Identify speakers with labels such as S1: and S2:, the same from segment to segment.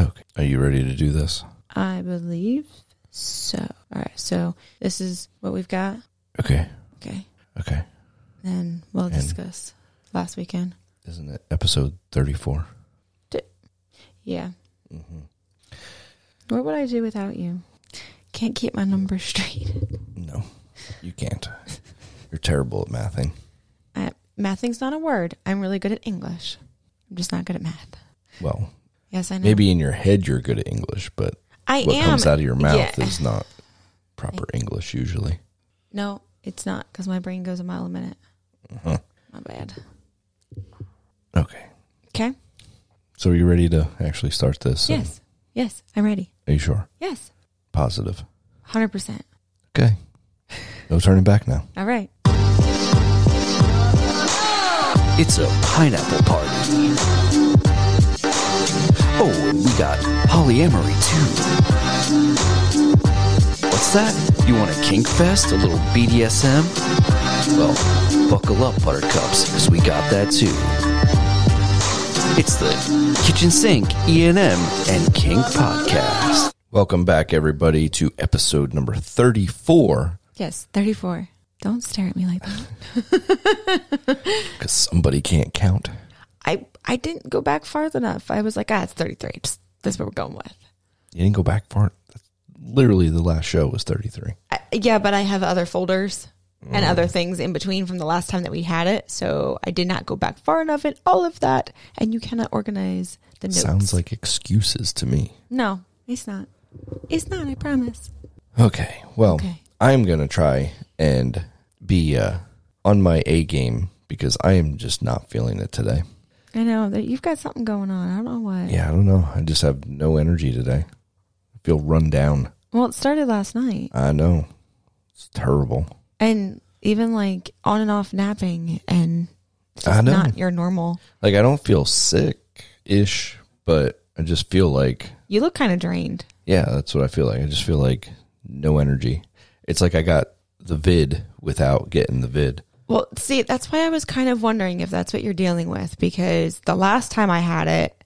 S1: Are you ready to do this?
S2: I believe so. All right. So this is what we've got.
S1: Okay.
S2: Okay.
S1: Okay.
S2: Then we'll
S1: And-
S2: discuss last weekend.
S1: Isn't it episode 34?
S2: Yeah.
S1: Mm-hmm.
S2: What would I do without you? Can't keep my numbers straight.
S1: No, you can't. You're terrible at mathing.
S2: Mathing's not a word. I'm really good at English. I'm just not good at math.
S1: Well,
S2: Yes, I know.
S1: maybe in your head you're good at English, but
S2: I
S1: what
S2: am.
S1: comes out of your mouth
S2: yeah.
S1: is not proper English usually.
S2: no, it's not because my brain goes a mile a minute.
S1: Huh.
S2: My bad.
S1: Okay.
S2: Okay.
S1: So are you ready to actually start this? And-
S2: yes. Yes. I'm ready.
S1: Are you sure?
S2: Yes.
S1: Positive.
S2: 100%.
S1: Okay. No turning back now.
S2: All right.
S3: It's a pineapple party. Oh, and we got polyamory too. What's that? You want a kink fest? A little BDSM? Well, buckle up, buttercups, because we got that too. It's the Kitchen Sink, E&M, and Kink Podcast.
S1: Welcome back everybody to episode number 34
S2: Yes. 34. Don't stare at me like that.
S1: cuz somebody can't count.
S2: I, I didn't go back far enough. I was like, ah, it's 33. Just, that's what we're going with.
S1: You didn't go back far. Literally the last show was 33.
S2: I, yeah, but I have other folders
S1: Mm.
S2: and other things in between from the last time that we had it. So I did not go back far enough in all of that. And you cannot organize the notes.
S1: Sounds like excuses to me.
S2: No, it's not. It's not, I promise.
S1: Okay. Well,
S2: Okay.
S1: I'm going to try and be uh, on my A game because I am just not feeling it today.
S2: I know that you've got something going on. I don't know what.
S1: Yeah, I don't know. I just have no energy today. I feel run down.
S2: Well, it started last night.
S1: I know. It's terrible.
S2: And even like on and off napping and it's just
S1: I know.
S2: not your normal.
S1: Like, I don't feel sick ish, but I just feel like,
S2: You look kind of drained.
S1: yeah, that's what I feel like. I just feel like no energy. It's like I got the vid without getting the vid.
S2: Well, see, that's why I was kind of wondering if that's what you're dealing with because the last time I had it,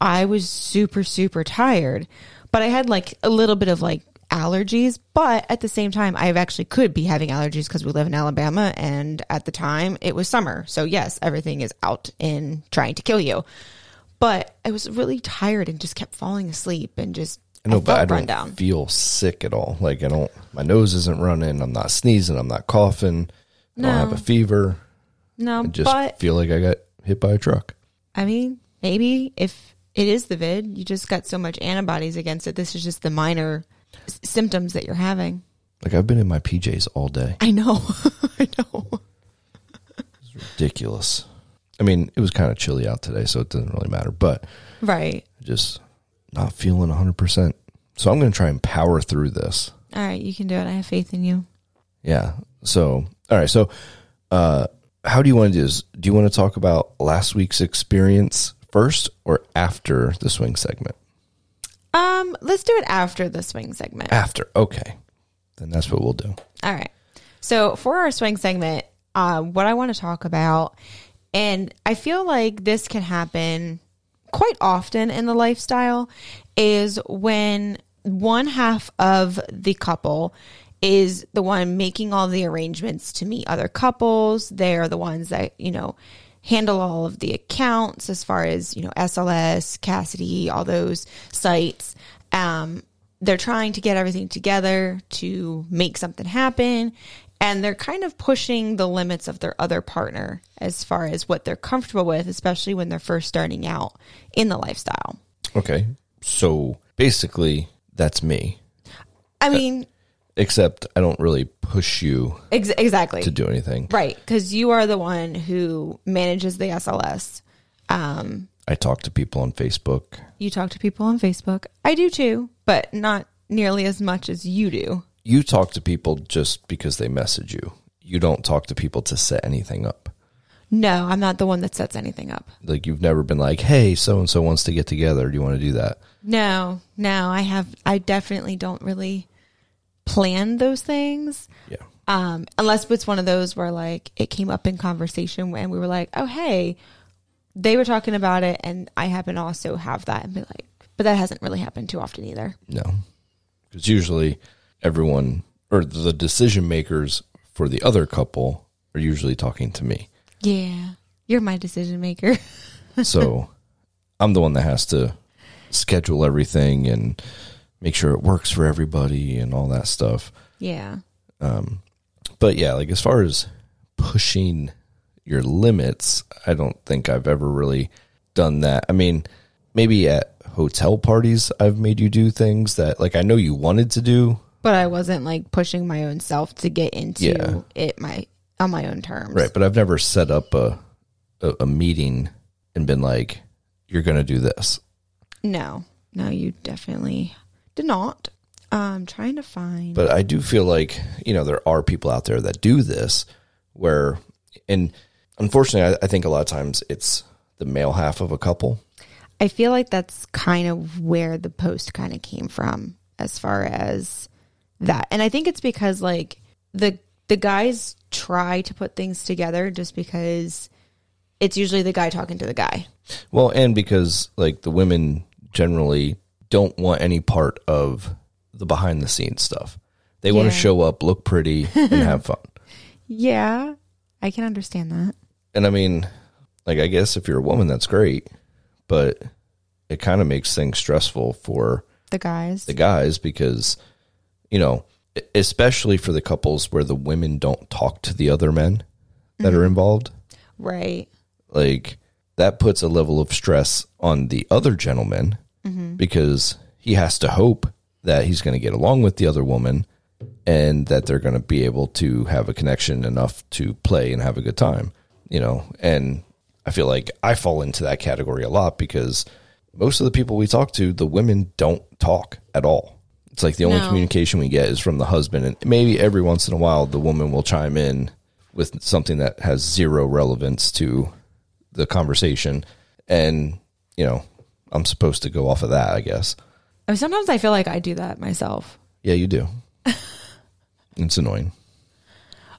S2: I was super, super tired, but I had like a little bit of like allergies. But at the same time, I actually could be having allergies because we live in Alabama. And at the time, it was summer. So, yes, everything is out and trying to kill you. But I was really tired and just kept falling asleep and just.
S1: I know,
S2: I
S1: but I
S2: felt
S1: don't
S2: run down.
S1: feel sick at all. Like I don't, my nose isn't running. I'm not sneezing. I'm not coughing. I don't have a fever.
S2: No,
S1: I just
S2: but
S1: feel like I got hit by a truck.
S2: I mean, maybe if it is the vid, you just got so much antibodies against it. This is just the minor s- symptoms that you're having.
S1: Like I've been in my PJs all day.
S2: I know. I know.
S1: Ridiculous. I mean, it was kind of chilly out today, so it doesn't really matter. But
S2: Right.
S1: just not feeling 100. percent So I'm going to try and power through this.
S2: All right, you can do it. I have faith in you.
S1: Yeah. So all right. So uh, how do you want to do this? Do you want to talk about last week's experience first or after the swing segment?
S2: Um, let's do it after the swing segment.
S1: after. Okay. Then that's what we'll do.
S2: All right. So for our swing segment, uh, what I want to talk about, and I feel like this can happen quite often in the lifestyle, is when one half of the couple is the one making all the arrangements to meet other couples. They're the ones that, you know, handle all of the accounts as far as, you know, SLS, Cassidy, all those sites. Um, they're trying to get everything together to make something happen and they're kind of pushing the limits of their other partner as far as what they're comfortable with especially when they're first starting out in the lifestyle
S1: Okay. So basically, that's me, Uh,
S2: i mean
S1: except I don't really push you
S2: ex- exactly
S1: to do anything.
S2: right because you are the one who manages the sls um,
S1: I talk to people on Facebook.
S2: you talk to people on facebook i do too but not nearly as much as you do
S1: You talk to people just because they message you. You don't talk to people to set anything up.
S2: no i'm not the one that sets anything up
S1: Like you've never been like, "Hey, so and so wants to get together. Do you want to do that?"
S2: No, no, I have. I definitely don't really plan those things,
S1: Yeah.
S2: um, unless it's one of those where like it came up in conversation and we were like, "Oh, hey," they were talking about it, and I happen to also have that and be like, but that hasn't really happened too often either.
S1: No. Because usually everyone or the decision makers for the other couple are usually talking to me.
S2: Yeah. You're my decision maker.
S1: So I'm the one that has to schedule everything and make sure it works for everybody and all that stuff.
S2: yeah.
S1: Um, but yeah, like as far as pushing your limits, I don't think I've ever really done that. I mean, maybe at hotel parties, I've made you do things that like I know you wanted to do.
S2: But I wasn't like pushing my own self to get into
S1: Yeah.
S2: it my on my own terms.
S1: Right. But I've never set up a, a, a meeting and been like, you're going to do this.
S2: No. No, you definitely did not. I'm trying to find
S1: But I do feel like, you know, there are people out there that do this where, and unfortunately, I, I think a lot of times it's the male half of a couple.
S2: I feel like that's kind of where the post kind of came from as far as that. And I think it's because like the the guys try to put things together just because it's usually the guy talking to the guy.
S1: Well, and because like the women generally don't want any part of the behind the scenes stuff. They want
S2: Yeah.
S1: to show up, look pretty, and have fun.
S2: Yeah, I can understand that.
S1: And I mean, like I guess if you're a woman, that's great, but it kind of makes things stressful for
S2: The guys.
S1: the guys because you know, e- especially for the couples where the women don't talk to the other men that are involved,
S2: right.
S1: like that puts a level of stress on the other gentleman because he has to hope that he's going to get along with the other woman and that they're going to be able to have a connection enough to play and have a good time you know and i feel like i fall into that category a lot because most of the people we talk to the women don't talk at all it's like the only
S2: No.
S1: communication we get is from the husband and maybe every once in a while the woman will chime in with something that has zero relevance to the conversation and you know i'm supposed to go off of that i guess
S2: I mean, sometimes I feel like I do that myself.
S1: yeah you do it's annoying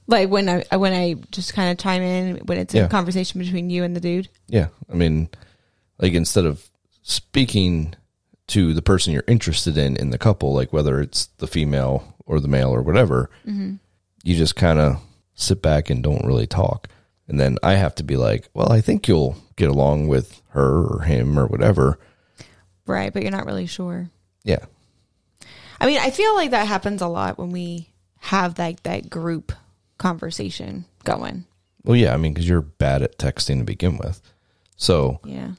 S2: Like when I when I just kind of chime in when it's
S1: Yeah.
S2: a conversation between you and the dude.
S1: yeah i mean like instead of speaking to the person you're interested in in the couple like whether it's the female or the male or whatever you just kind of sit back and don't really talk and then i have to be like well i think you'll get along with her or him or whatever
S2: Right, but you're not really sure.
S1: yeah
S2: I mean, I feel like that happens a lot when we have like that group conversation going.
S1: Well, yeah, I mean, because you're bad at texting to begin with. So,
S2: Yeah.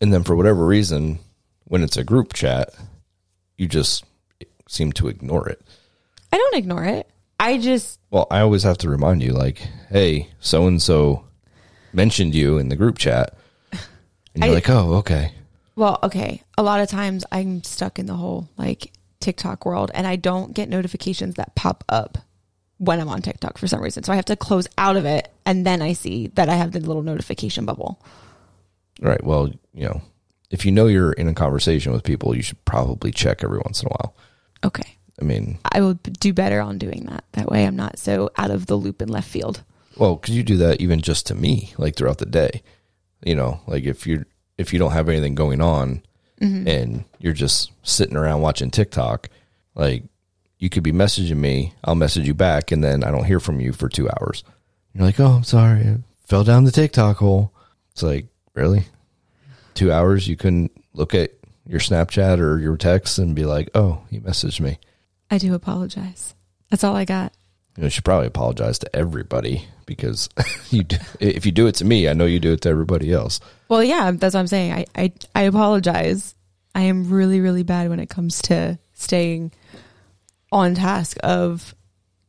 S1: and then for whatever reason, when it's a group chat, you just seem to ignore it.
S2: I don't ignore it. I just
S1: Well, I always have to remind you, like, hey, so and so mentioned you in the group chat. And you're
S2: I-
S1: like, oh, okay.
S2: well, okay. A lot of times I'm stuck in the whole like TikTok world and I don't get notifications that pop up when I'm on TikTok for some reason. So I have to close out of it and then I see that I have the little notification bubble.
S1: All right. Well, you know, if you know you're in a conversation with people, you should probably check every once in a while.
S2: Okay.
S1: I mean,
S2: I will do better on doing that. That way I'm not so out of the loop and left field.
S1: Well, because you do that even just to me, like throughout the day. You know, like if you're if you don't have anything going on and you're just sitting around watching TikTok, like you could be messaging me, I'll message you back, and then I don't hear from you for two hours. You're like, Oh, I'm sorry, I fell down the TikTok hole. It's like, really? Two hours you couldn't look at your Snapchat or your text and be like, Oh, he messaged me.
S2: I do apologize. That's all I got.
S1: You, know, you should probably apologize to everybody because you do, if you do it to me, I know you do it to everybody else.
S2: Well, yeah, that's what I'm saying. I, I, I apologize. I am really, really bad when it comes to staying on task of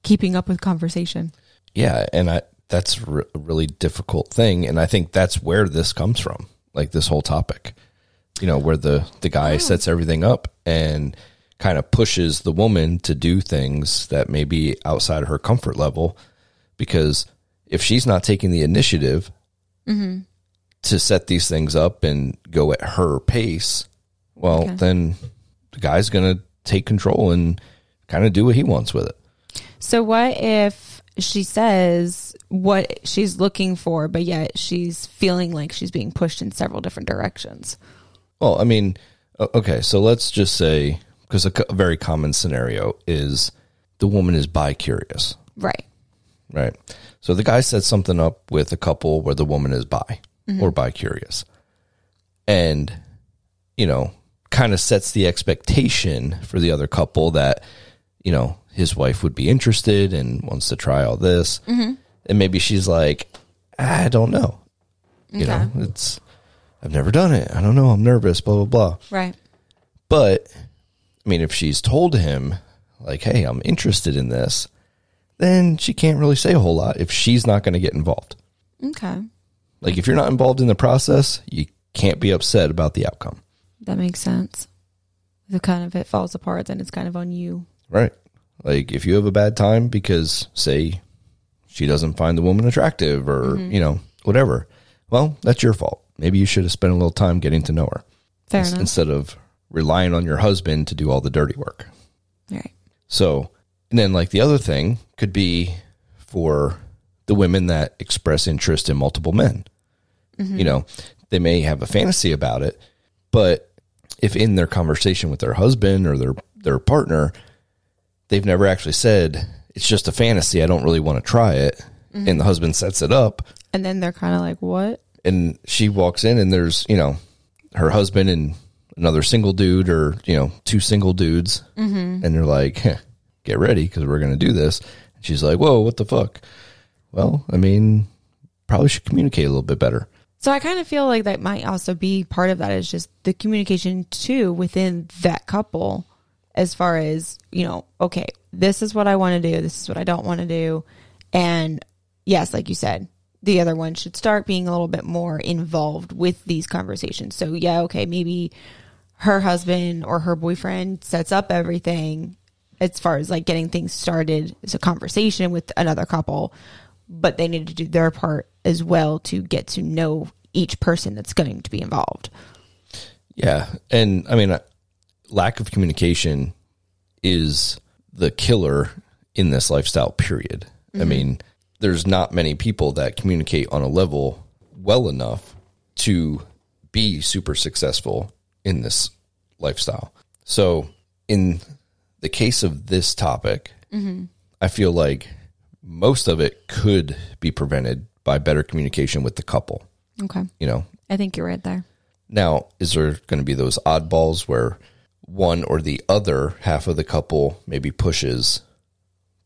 S2: keeping up with conversation.
S1: Yeah, and I that's re- a really difficult thing, and I think that's where this comes from, like this whole topic. You know, where the the guy sets everything up and kind of pushes the woman to do things that may be outside her comfort level, because if she's not taking the initiative to set these things up and go at her pace, well,
S2: Okay.
S1: then the guy's gonna take control and kind of do what he wants with it.
S2: So, what if she says what she's looking for, but yet she's feeling like she's being pushed in several different directions?
S1: Well, I mean, O- Okay, so let's just say because a co- a very common scenario is the woman is bi curious,
S2: Right.
S1: right? So the guy sets something up with a couple where the woman is bi or bi curious, and you know, kind of sets the expectation for the other couple that you know his wife would be interested and wants to try all this, and maybe she's like, I don't know, you know, it's I've never done it, I don't know, I'm nervous, blah blah blah.
S2: Right.
S1: But I mean, if she's told him, like, hey, I'm interested in this, then she can't really say a whole lot if she's not going to get involved.
S2: Okay.
S1: Like, if you're not involved in the process, you can't be upset about the outcome.
S2: That makes sense. The kind of it falls apart, then it's kind of on you.
S1: Right. Like, if you have a bad time because, say, she doesn't find the woman attractive or,
S2: Mm-hmm.
S1: you know, whatever, well, that's your fault. Maybe you should have spent a little time getting to know her
S2: Fair
S1: ins-
S2: enough.
S1: instead of relying on your husband to do all the dirty work.
S2: All right.
S1: So, and then like the other thing could be for the women that express interest in multiple men. You know, they may have a fantasy about it, but if in their conversation with their husband or their their partner, they've never actually said it's just a fantasy, I don't really want to try it, and the husband sets it up
S2: And then they're kind of like, what?
S1: and she walks in and there's, you know, her husband and another single dude or, you know, two single dudes and they're like, "Heh, get ready because we're going to do this. And she's like, whoa, what the fuck? Well, I mean, probably should communicate a little bit better.
S2: So I kind of feel like that might also be part of that is just the communication too within that couple as far as, you know, okay, this is what I want to do, this is what I don't want to do. And yes, like you said, the other one should start being a little bit more involved with these conversations. So yeah, okay, maybe her husband or her boyfriend sets up everything as far as like getting things started as a conversation with another couple, but they need to do their part as well to get to know each person that's going to be involved.
S1: Yeah. And I mean, uh, lack of communication is the killer in this lifestyle period. I mean, there's not many people that communicate on a level well enough to be super successful in this lifestyle. So, in the case of this topic, I feel like most of it could be prevented by better communication with the couple.
S2: Okay.
S1: You know,
S2: I think you're right there.
S1: now, is there going to be those oddballs where one or the other half of the couple maybe pushes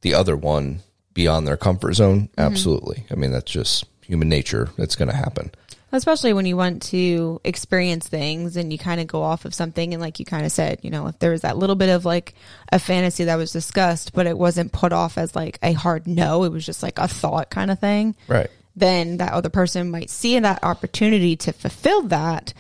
S1: the other one beyond their comfort zone? Absolutely. I mean, that's just human nature. That's going to happen.
S2: Especially when you want to experience things and you kind of go off of something. And like you kind of said, you know, if there was that little bit of like a fantasy that was discussed, but it wasn't put off as like a hard no, it was just like a thought kind of thing.
S1: Right.
S2: then that other person might see that opportunity to fulfill that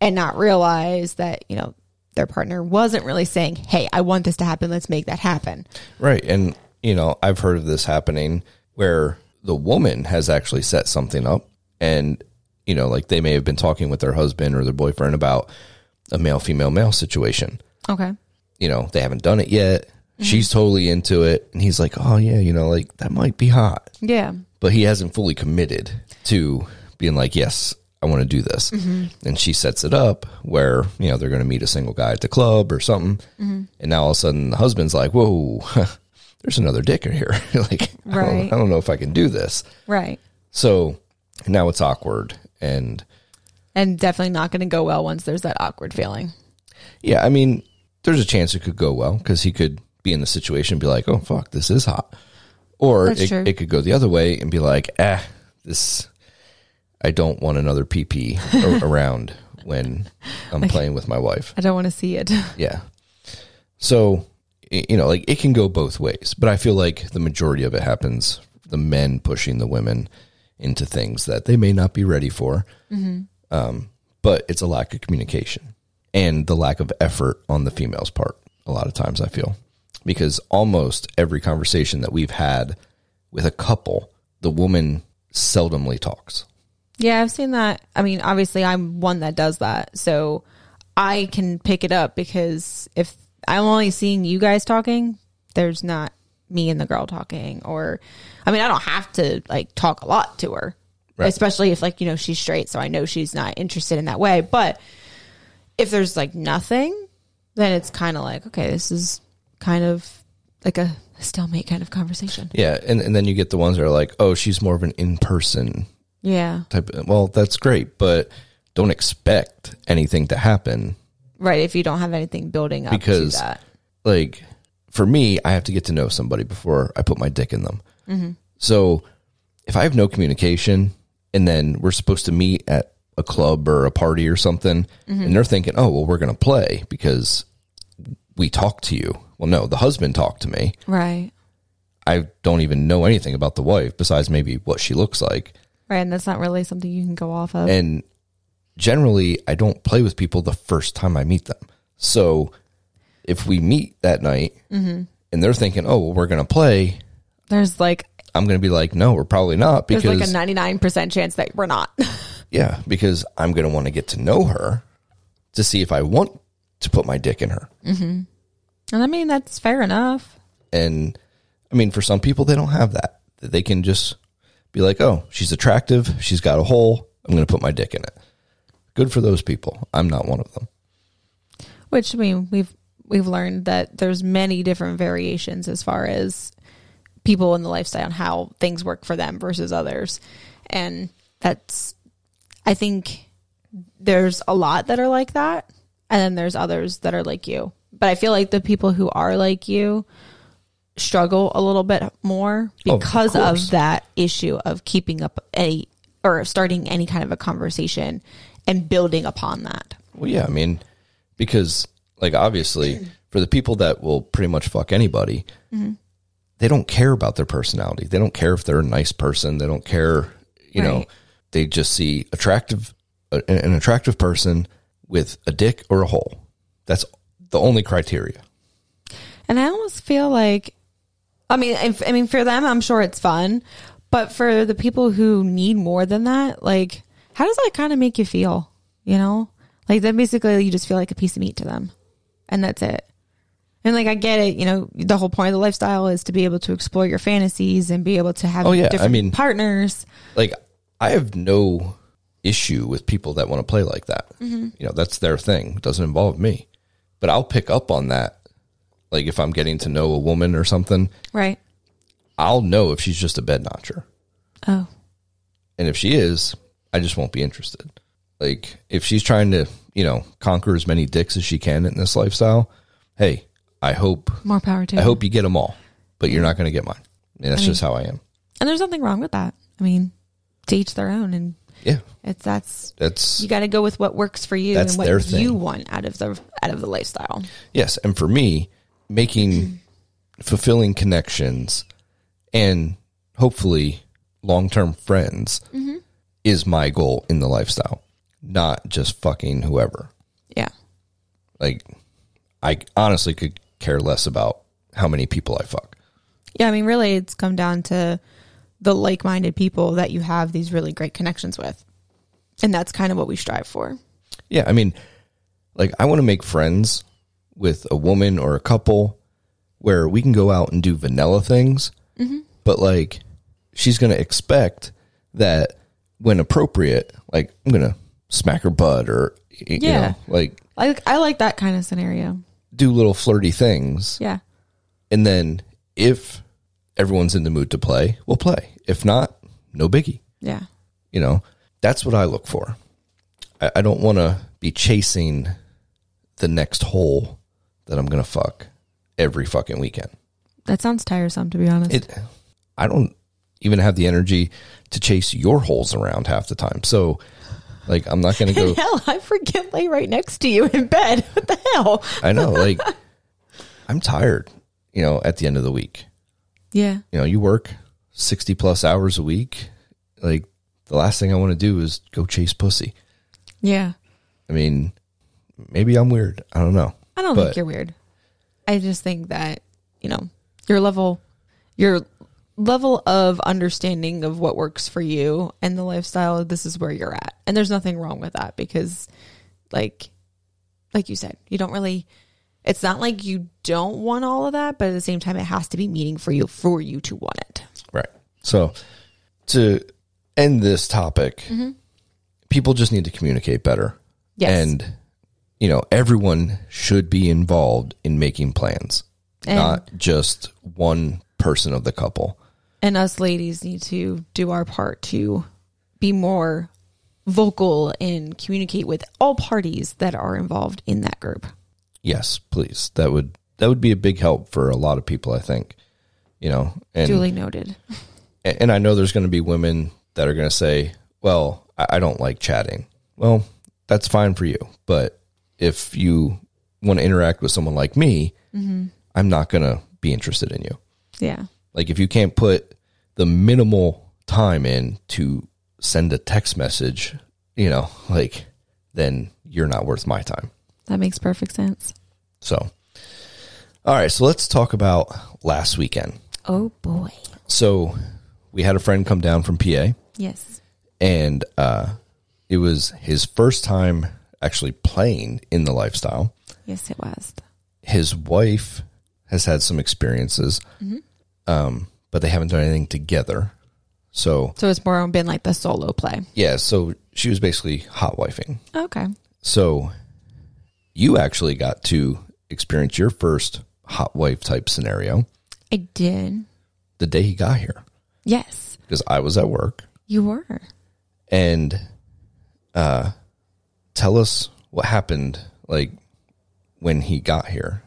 S2: and not realize that, you know, their partner wasn't really saying, Hey, I want this to happen. Let's make that happen.
S1: Right. And, you know, I've heard of this happening where the woman has actually set something up and, you know, like they may have been talking with their husband or their boyfriend about a male, female, male situation.
S2: Okay.
S1: you know, they haven't done it yet. She's totally into it. And he's like, oh, yeah, you know, like that might be hot.
S2: Yeah.
S1: But he hasn't fully committed to being like, yes, I want to do this. And she sets it up where, you know, they're going to meet a single guy at the club or something. And now all of a sudden the husband's like, whoa, there's another dick in here. like, I,
S2: Right.
S1: don't, I don't know if I can do this.
S2: Right.
S1: So now it's awkward. And
S2: And definitely not going to go well once there's that awkward feeling.
S1: yeah, I mean, there's a chance it could go well because he could be in the situation and be like, oh, fuck, this is hot. Or
S2: That's
S1: it,
S2: true.
S1: it could go the other way and be like, ah, this, I don't want another PP a- around when I'm playing with my wife.
S2: I don't want to see it.
S1: Yeah. So, y- you know, like it can go both ways, but I feel like the majority of it happens the men pushing the women into things that they may not be ready for. Um, but it's a lack of communication and the lack of effort on the female's part, a lot of times, I feel. Because almost every conversation that we've had with a couple, the woman seldomly talks.
S2: Yeah, I've seen that. I mean, obviously, I'm one that does that, so I can pick it up because if I'm only seeing you guys talking, there's not me and the girl talking. Or, I mean, I don't have to like talk a lot to her, especially if like you know she's straight, so I know she's not interested in that way. But if there's like nothing, then it's kind of like, okay, this is kind of like a stalemate kind of conversation.
S1: Yeah, and, and then you get the ones that are like, oh, she's more of an in person
S2: Yeah.
S1: type. Of, well, that's great, but don't expect anything to happen.
S2: Right. If you don't have anything building up
S1: Because-
S2: to that.
S1: Like for me, I have to get to know somebody before I put my dick in them. So if I have no communication, and then we're supposed to meet at a club or a party or something, and they're thinking, oh, well, we're gonna play because we talked to you. Well, no, the husband talked to me.
S2: Right.
S1: I don't even know anything about the wife besides maybe what she looks like.
S2: Right. And that's not really something you can go off of.
S1: And generally, I don't play with people the first time I meet them. So if we meet that night
S2: Mm-hmm.
S1: and they're thinking, oh, well, we're going to play,
S2: There's like,
S1: I'm going to be like, no, we're probably not
S2: there's
S1: because,
S2: like a 99% chance that we're not.
S1: yeah, because I'm going to want to get to know her to see if I want to put my dick in her.
S2: and I mean, that's fair enough.
S1: And I mean, for some people, they don't have that. They can just be like, oh, she's attractive. She's got a hole. I'm going to put my dick in it. Good for those people. I'm not one of them.
S2: Which I mean, we've we've learned that there's many different variations as far as people in the lifestyle and how things work for them versus others, and that's I think there's a lot that are like that, and then there's others that are like you. But I feel like the people who are like you struggle a little bit more
S1: of
S2: because
S1: course.
S2: of that issue of keeping up any or starting any kind of a conversation and building upon that.
S1: Well, yeah, I mean, because like obviously, for the people that will pretty much fuck anybody, they don't care about their personality. They don't care if they're a nice person. They don't care, you know.
S2: Right.
S1: They just see attractive, a- an, an attractive person with a dick or a hole. That's the only criteria.
S2: And I almost feel like, I mean, if, I mean, for them, I'm sure it's fun, but for the people who need more than that, like, how does that kind of make you feel? You know, like then basically you just feel like a piece of meat to them, and that's it. And like I get it, you know, the whole point of the lifestyle is to be able to explore your fantasies and be able to have
S1: Oh, yeah, I
S2: different
S1: mean-
S2: partners.
S1: Like, I have no issue with people that want to play like that. You know, that's their thing. It doesn't involve me, but I'll pick up on that. Like, if I'm getting to know a woman or something,
S2: Right.
S1: I'll know if she's just a bed notcher.
S2: Oh.
S1: And if she is, I just won't be interested. Like if she's trying to, you know, conquer as many dicks as she can in this lifestyle, hey, I hope
S2: More power to
S1: I
S2: you.
S1: hope you get them all, but you're not going to get mine. And that's just how I am.
S2: And there's nothing wrong with that. I mean, to each their own. And
S1: Yeah.
S2: it's that's
S1: That's
S2: you got to go with what works for you
S1: That's
S2: and what
S1: their thing.
S2: you want out of the out of the lifestyle.
S1: yes, and for me, making fulfilling connections and hopefully long-term friends is my goal in the lifestyle, not just fucking whoever.
S2: Yeah.
S1: like I honestly could care less about how many people I fuck.
S2: Yeah, I mean really it's come down to the like-minded people that you have these really great connections with. And that's kind of what we strive for.
S1: Yeah, I mean, like I want to make friends with a woman or a couple where we can go out and do vanilla things, but like she's gonna expect that when appropriate, like I'm gonna smack her butt or y- you
S2: Yeah.
S1: know, like
S2: Like I like that kind of scenario.
S1: do little flirty things,
S2: Yeah.
S1: and then if everyone's in the mood to play, we'll play. If not, no biggie.
S2: Yeah.
S1: you know that's what i look for i, I don't want to be chasing the next hole that i'm gonna fuck every fucking weekend
S2: That sounds tiresome to be honest.
S1: it i don't even have the energy to chase your holes around half the time so like i'm not gonna go
S2: Hell, I forget lay right next to you in bed. What the hell?
S1: i know like i'm tired you know at the end of the week
S2: Yeah.
S1: you know you work 60 plus hours a week like the last thing i want to do is go chase pussy
S2: Yeah.
S1: i mean maybe i'm weird i don't know
S2: I don't
S1: But-
S2: think you're weird. I just think that, you know, your level your level of understanding of what works for you and the lifestyle, this is where you're at. And there's nothing wrong with that because like like you said, you don't really it's not like you don't want all of that, but at the same time it has to be meaning for you for you to want it.
S1: Right. So to end this topic, people just need to communicate better.
S2: Mm-hmm. Yes.
S1: And you know, everyone should be involved in making plans,
S2: And-
S1: not just one person of the couple.
S2: And us ladies need to do our part to be more vocal and communicate with all parties that are involved in that group.
S1: Yes, please. That would that would be a big help for a lot of people, I think. You know, and
S2: Duly noted.
S1: and and I know there's going to be women that are going to say, "Well, I I don't like chatting." Well, that's fine for you, but if you want to interact with someone like me, I'm not going to be interested in you.
S2: Yeah.
S1: Like if you can't put the minimal time in to send a text message, you know, like then you're not worth my time.
S2: That makes perfect sense.
S1: So All right, so let's talk about last weekend.
S2: Oh boy.
S1: So we had a friend come down from PA.
S2: Yes.
S1: and uh, it was his first time actually playing in the lifestyle.
S2: Yes, it was.
S1: His wife has had some experiences, um, but they haven't done anything together. So
S2: So it's more been like the solo play.
S1: yeah, so she was basically hot wifing.
S2: Okay.
S1: So you actually got to experience your first hot wife type scenario
S2: I did.
S1: the day he got here
S2: Yes.
S1: because I was at work
S2: You were.
S1: and uh, tell us what happened like when he got here.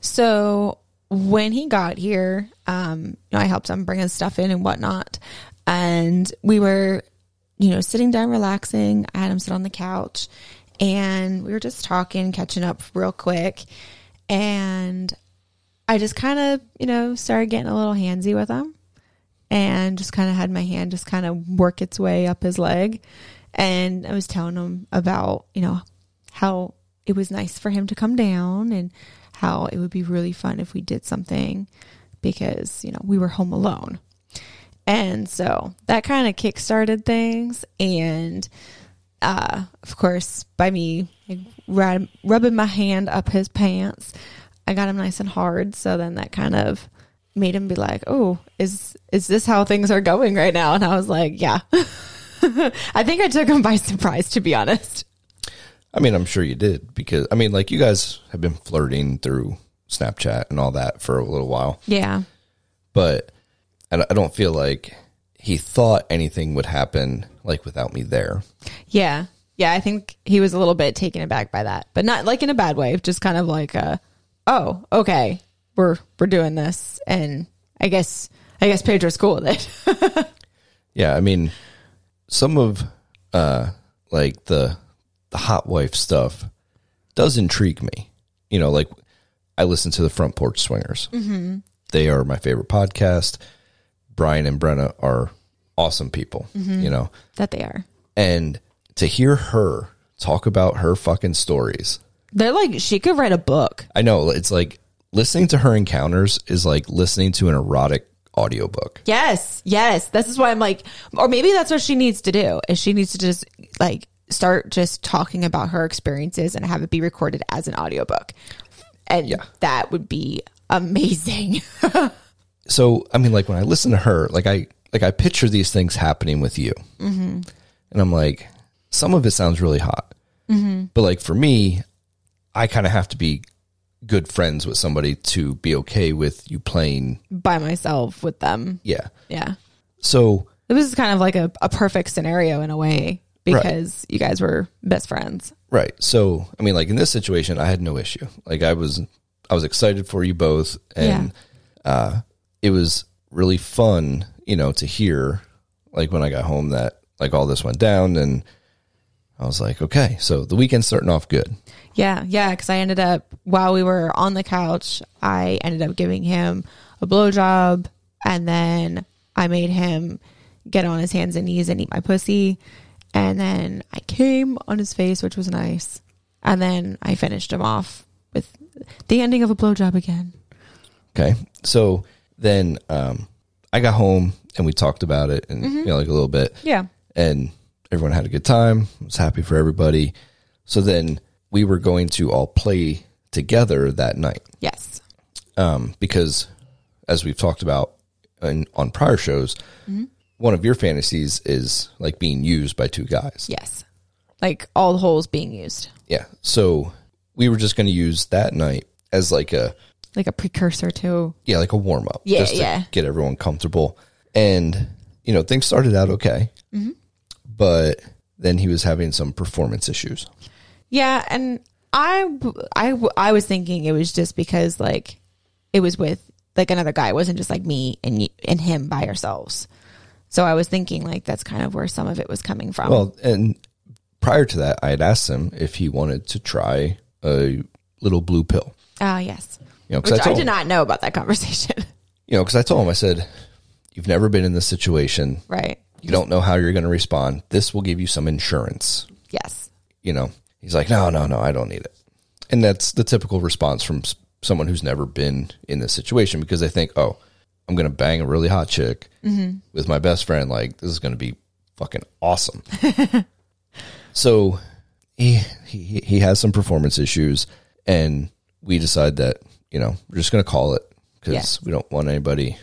S2: So when he got here, um, you know, I helped him bring his stuff in and whatnot, and we were, you know, sitting down, relaxing. I had him sit on the couch, and we were just talking, catching up real quick, and I just kind of, you know, started getting a little handsy with him, and just kind of had my hand just kind of work its way up his leg, and I was telling him about, you know, how it was nice for him to come down and how it would be really fun if we did something because, you know, we were home alone. And so that kind of kickstarted things. And uh, of course, by me like, rub- rubbing my hand up his pants, I got him nice and hard. So then that kind of made him be like, "Oh, is is this how things are going right now?" And I was like, "Yeah." I think I took him by surprise, to be honest.
S1: I mean, I'm sure you did because I mean, like you guys have been flirting through Snapchat and all that for a little while,
S2: Yeah.
S1: but I don't- I don't feel like he thought anything would happen like without me there.
S2: Yeah. Yeah, I think he was a little bit taken aback by that, but not like in a bad way, just kind of like a oh, okay. We're we're doing this and I guess I guess Pedro's cool with it.
S1: Yeah, I mean, some of uh like the the hot wife stuff does intrigue me. You know, like I listen to the Front Porch Swingers. Mm-hmm. They are my favorite podcast. Brian and Brenna are awesome people. You know,
S2: that they are.
S1: and to hear her talk about her fucking stories,
S2: They're like she could write a book.
S1: I know it's like listening to her encounters is like listening to an erotic audiobook.
S2: Yes, yes. This is why I'm like, or maybe that's what she needs to do. Is she needs to just like start just talking about her experiences and have it be recorded as an audiobook. And that would be amazing.
S1: so I mean, like when I listen to her, like I like I picture these things happening with you, mm-hmm. and I'm like, some of it sounds really hot, mm-hmm. but like for me, I kind of have to be good friends with somebody to be okay with you playing.
S2: By myself with them.
S1: Yeah,
S2: Yeah.
S1: so
S2: This is kind of like a, a perfect scenario in a way because you guys were best friends.
S1: right, so I mean, like in this situation, I had no issue. Like I was, I was excited for you both, and uh, it was really fun, you know, to hear like when I got home that like all this went down and I was like, okay, so the weekend's starting off good.
S2: Yeah, yeah. Because I ended up while we were on the couch, I ended up giving him a blowjob, and then I made him get on his hands and knees and eat my pussy, and then I came on his face, which was nice, and then I finished him off with the ending of a blowjob again.
S1: Okay. So then um I got home and we talked about it and you know, like a little bit
S2: Yeah,
S1: and everyone had a good time. I was happy for everybody. So then we were going to all play together that night.
S2: yes,
S1: um, because as we've talked about in, on prior shows,
S2: Mm-hmm.
S1: one of your fantasies is like being used by two guys.
S2: yes. Like all the holes being used.
S1: Yeah. Yeah. So we were just going to use that night as like a
S2: like a precursor to
S1: yeah, like a warm up.
S2: Yeah, yeah.
S1: Get everyone comfortable, and you know things started out okay,
S2: Mm-hmm.
S1: but then he was having some performance issues.
S2: yeah. And I w- I w- I was thinking it was just because like it was with like another guy. It wasn't just like me and y- and him by ourselves. So I was thinking like that's kind of where some of it was coming from.
S1: Well, and prior to that, I had asked him if he wanted to try a little blue pill.
S2: Ah, yes.
S1: You know, because
S2: Which
S1: I
S2: I
S1: told
S2: did
S1: him,
S2: not know about that conversation.
S1: you know, 'cause I told him, I said, "You've never been in this situation.
S2: right.
S1: You don't know how you're going to respond. This will give you some insurance."
S2: Yes.
S1: you know he's like no no no i don't need it and that's the typical response from s- someone who's never been in this situation because they think oh i'm gonna bang a really hot chick with my best friend like this is gonna be fucking awesome so he, he he has some performance issues and we decide that you know we're just gonna call it because we don't want anybody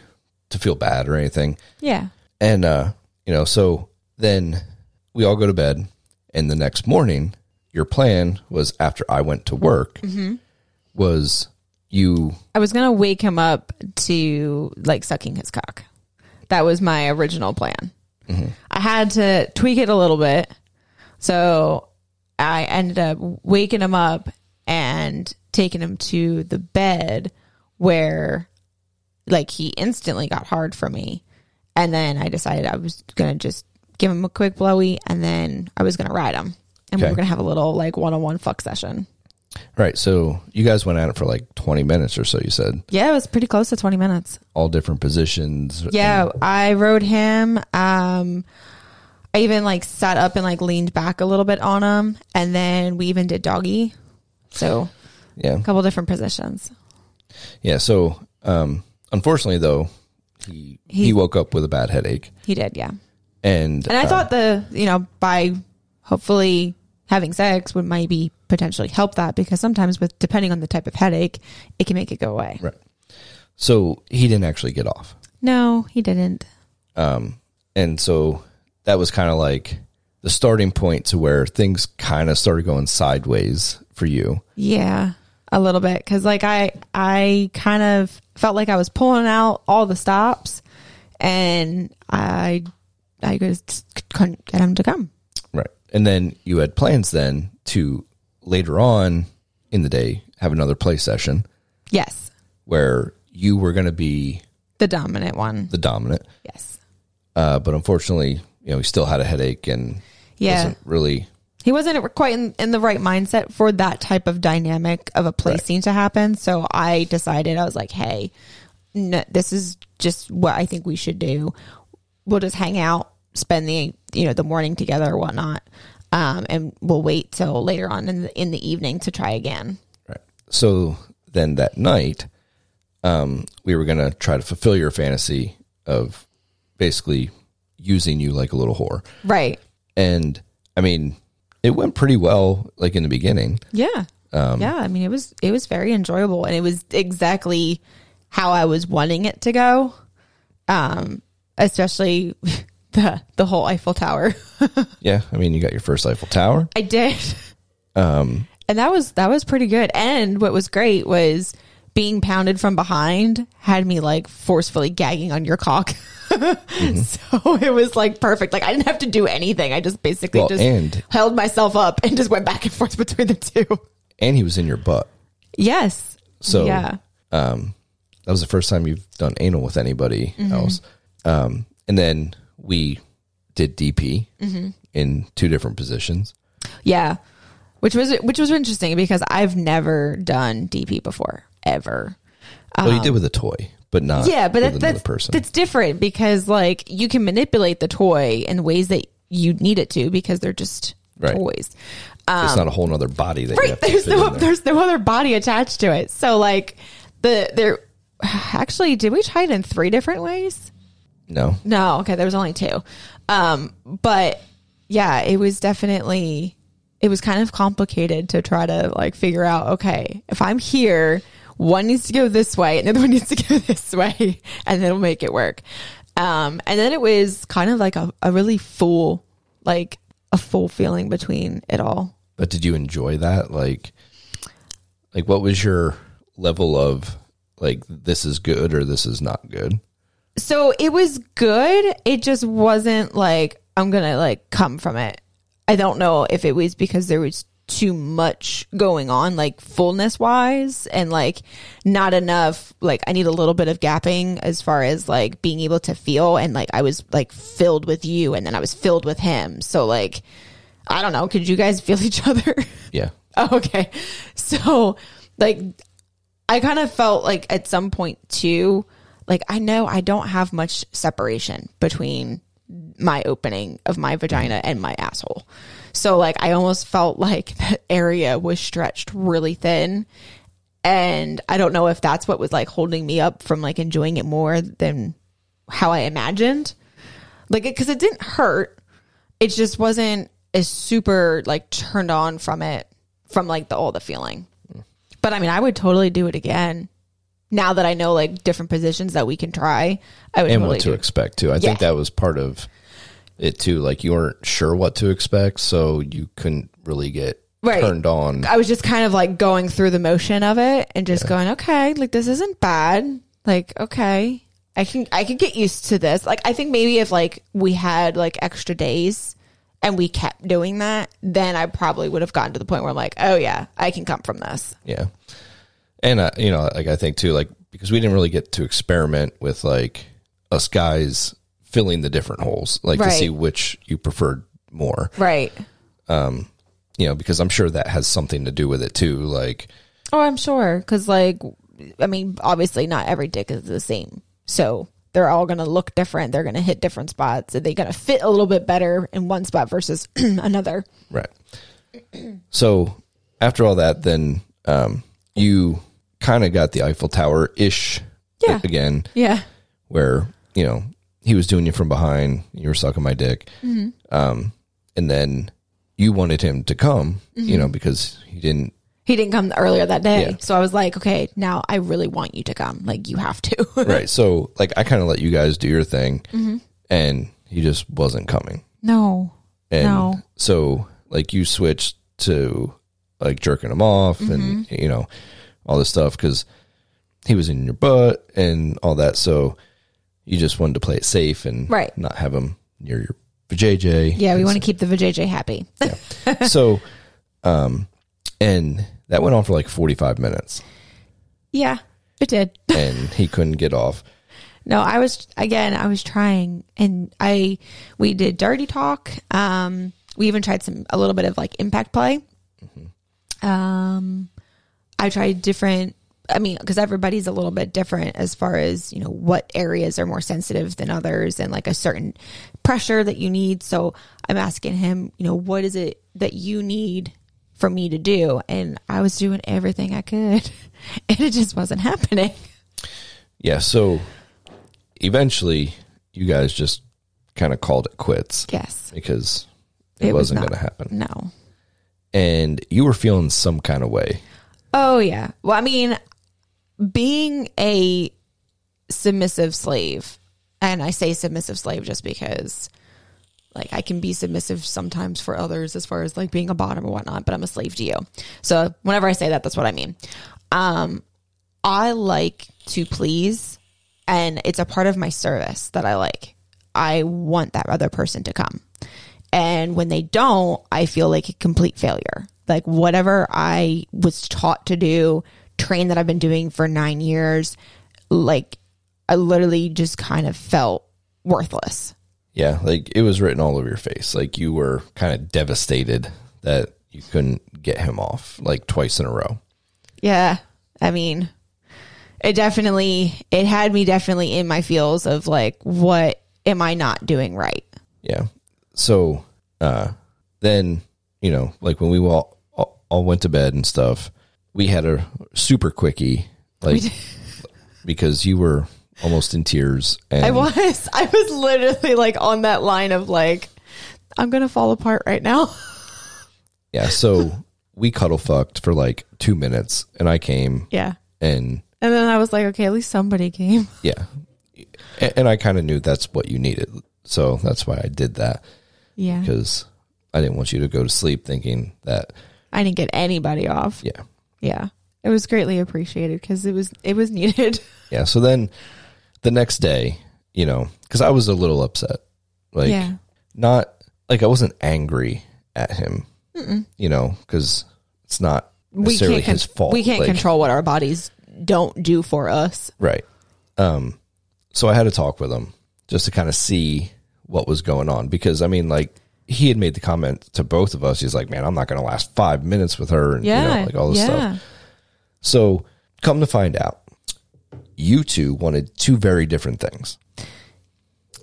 S1: to feel bad or anything
S2: Yeah.
S1: and uh, you know, so then we all go to bed, and the next morning, your plan was after I went to work
S2: Mm-hmm.
S1: was you
S2: I was gonna wake him up to like sucking his cock. That was my original plan. I had to tweak it a little bit, so I ended up waking him up and taking him to the bed where, like, he instantly got hard for me, and then I decided I was gonna just give him a quick blowy, and then I was gonna ride him, and we
S1: Okay.
S2: were gonna have a little like one on one fuck session.
S1: right. So you guys went at it for like twenty minutes or so. You said
S2: Yeah, it was pretty close to twenty minutes.
S1: all different positions.
S2: Yeah, I rode him. Um, I even like sat up and like leaned back a little bit on him, and then we even did doggy. So
S1: yeah,
S2: a couple different positions.
S1: yeah. So um, unfortunately, though, he, he woke up with a bad headache,
S2: He did, yeah.
S1: and
S2: And I
S1: uh,
S2: thought the you know by hopefully having sex would maybe potentially help that because sometimes with depending on the type of headache, it can make it go away.
S1: right. So he didn't actually get off.
S2: No, he didn't.
S1: Um, and so that was kind of like the starting point to where things kind of started going sideways for you.
S2: Yeah, a little bit cuz like I I kind of felt like I was pulling out all the stops and I I just couldn't get him to come.
S1: Right. And then you had plans then to later on in the day have another play session
S2: Yes,
S1: where you were going to be
S2: the dominant one.
S1: the dominant.
S2: Yes.
S1: Uh, but unfortunately, you know, he still had a headache and
S2: Yeah.
S1: wasn't really
S2: He wasn't quite in, in the right mindset for that type of dynamic of a play scene to happen. So I decided, I was like, hey, no, this is just what I think we should do. We'll just hang out, spend the, you know, the morning together or whatnot. Um, and we'll wait till later on in the, in the evening to try again.
S1: Right. So then that night, um, we were gonna try to fulfill your fantasy of basically using you like a little whore.
S2: Right.
S1: And I mean, it went pretty well, like in the beginning.
S2: Yeah. yeah. I mean, it was, it was very enjoyable and it was exactly how I was wanting it to go. Um, especially the, the whole Eiffel Tower.
S1: Yeah. I mean, you got your first Eiffel Tower.
S2: I did.
S1: Um,
S2: and that was that was pretty good. And what was great was being pounded from behind had me like forcefully gagging on your cock.
S1: Mm-hmm.
S2: So it was like perfect. Like I didn't have to do anything. I just basically
S1: Well,
S2: just
S1: and-
S2: held myself up and just went back and forth between the two.
S1: And he was in your butt.
S2: Yes.
S1: So
S2: yeah.
S1: um that was the first time you've done anal with anybody
S2: Mm-hmm.
S1: else. Um and then we did DP
S2: Mm-hmm.
S1: in two different positions.
S2: Yeah. Which was which was interesting because I've never done DP before ever.
S1: well, Oh, you did with a toy, but not
S2: Um, yeah but
S1: with
S2: that,
S1: another
S2: that's
S1: person.
S2: that's different because like you can manipulate the toy in ways that you need it to because they're just
S1: Right.
S2: toys
S1: it's not a whole nother body that you
S2: um, right
S1: have to
S2: there's
S1: fit
S2: no
S1: in there.
S2: there's no other body attached to it so like the there actually did we try it in three different ways
S1: no
S2: no okay there was only two um but yeah it was definitely it was kind of complicated to try to like figure out okay if i'm here one needs to go this way and the other one needs to go this way and it'll make it work um and then it was kind of like a, a really full like a full feeling between it all
S1: But did you enjoy that? Like, like what was your level of like this is good or this is not good?
S2: So it was good. It just wasn't like I'm gonna like come from it. I don't know if it was because there was too much going on, like fullness wise, and like not enough. Like I need a little bit of gapping as far as like being able to feel, and like I was like filled with you, and then I was filled with him. So like I don't know. Could you guys feel each other?
S1: Yeah.
S2: Oh, okay. So, like, I kind of felt like at some point too, like, I know I don't have much separation between my opening of my vagina and my asshole. So, like, I almost felt like that area was stretched really thin. And I don't know if that's what was like holding me up from like enjoying it more than how I imagined. Like, because it didn't hurt it just wasn't as super like turned on from it from like the all the feeling. But I mean, I would totally do it again. Now that I know like different positions that we can try, I would
S1: And
S2: totally
S1: what to
S2: do.
S1: expect too. I think that was part of it too. Like you weren't sure what to expect, so you couldn't really get
S2: Right.
S1: turned on.
S2: I was just kind of like going through the motion of it and just going, okay, like this isn't bad. Like, okay, I can, I can get used to this. Like, I think maybe if like we had like extra days and we kept doing that, then I probably would have gotten to the point where I'm like, oh yeah, I can come from this.
S1: Yeah. And uh, you know, like I think too, like because we didn't really get to experiment with like us guys filling the different holes, like to
S2: Right.
S1: see which you preferred more.
S2: Right.
S1: You know, because I'm sure that has something to do with it too. Like,
S2: Oh, I'm sure. Because, like, I mean, obviously, not every dick is the same. So they're all going to look different. They're going to hit different spots. and They're going to fit a little bit better in one spot versus another.
S1: right. So after all that, then um, you kind of got the Eiffel Tower ish
S2: Yeah.
S1: again.
S2: Yeah.
S1: where you know he was doing you from behind, you were sucking my dick,
S2: Mm-hmm.
S1: um, and then you wanted him to come, you
S2: Mm-hmm.
S1: know, because he didn't.
S2: He didn't come earlier that day.
S1: Yeah.
S2: So I was like, okay, now I really want you to come. Like, you have to.
S1: Right, so like I kind of let you guys do your thing,
S2: Mm-hmm.
S1: and he just wasn't coming,
S2: No.
S1: and
S2: No.
S1: so like you switched to like jerking him off, and
S2: Mm-hmm.
S1: you know all this stuff because he was in your butt and all that, so you just wanted to play it safe and
S2: Right.
S1: not have him near your JJ.
S2: Yeah, we want to keep the vajayjay happy.
S1: so um and that went on for like 45 minutes
S2: yeah, it did.
S1: and he couldn't get off
S2: No, I was again, I was trying and I we did dirty talk. Um we even tried some a little bit of like impact play. Um I tried different I mean, because everybody's a little bit different as far as, you know, what areas are more sensitive than others and like a certain pressure that you need. So I'm asking him, you know, what is it that you need for me to do? And I was doing everything I could and it just wasn't happening.
S1: yeah so eventually you guys just kind of called it quits
S2: Yes.
S1: because it,
S2: It was
S1: wasn't
S2: not-
S1: going to happen
S2: No.
S1: and you were feeling some kind of way
S2: Oh yeah. Well, I mean, being a submissive slave, and I say submissive slave just because like I can be submissive sometimes for others as far as like being a bottom or whatnot, but I'm a slave to you. So whenever I say that, that's what I mean. Um I like to please and it's a part of my service that I like. I want that other person to come. And when they don't, I feel like a complete failure. Like whatever I was taught to do, train that I've been doing for nine years, like I literally just kind of felt worthless.
S1: yeah like it was written all over your face like you were kind of devastated that you couldn't get him off like twice in a row
S2: Yeah. I mean, it definitely, it had me definitely in my feels of like, what am I not doing right?
S1: Yeah. So uh, then, you know, like when we all, all all went to bed and stuff, we had a super quickie, like because you were almost in tears. And
S2: I was, I was literally like on that line of like, I'm going to fall apart right now.
S1: yeah, so we cuddle fucked for like two minutes, and I came,
S2: Yeah.
S1: and
S2: And then I was like, okay, at least somebody came.
S1: yeah, A- and I kind of knew that's what you needed, so that's why I did that
S2: Yeah.
S1: because I didn't want you to go to sleep thinking that
S2: I didn't get anybody off.
S1: Yeah.
S2: Yeah. It was greatly appreciated because it was it was needed.
S1: Yeah. So then the next day, you know, because I was a little upset. Like,
S2: Yeah.
S1: not like I wasn't angry at him, you know, because it's not necessarily
S2: con-
S1: his fault.
S2: We can't
S1: Like,
S2: control what our bodies don't do for us.
S1: Right. Um, so I had to talk with him just to kind of see what was going on because I mean, like he had made the comment to both of us. He's like, "Man, I'm not going to last five minutes with her," and
S2: Yeah.
S1: you know, like all this
S2: yeah.
S1: stuff. So come to find out, you two wanted two very different things.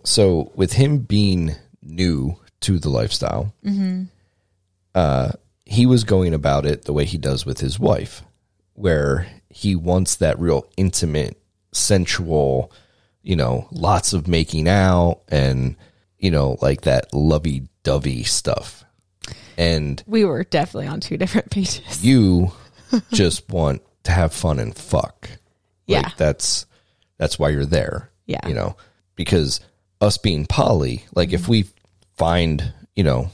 S1: So with him being new to the lifestyle, uh, he was going about it the way he does with his wife, where he wants that real intimate, sensual, you know, lots of making out and, you know, like that lovey dovey stuff. And
S2: We were definitely on two different pages.
S1: you just want to have fun and fuck.
S2: Yeah.
S1: Like that's that's why you're there.
S2: Yeah.
S1: You know, because us being poly, like if we find, you know,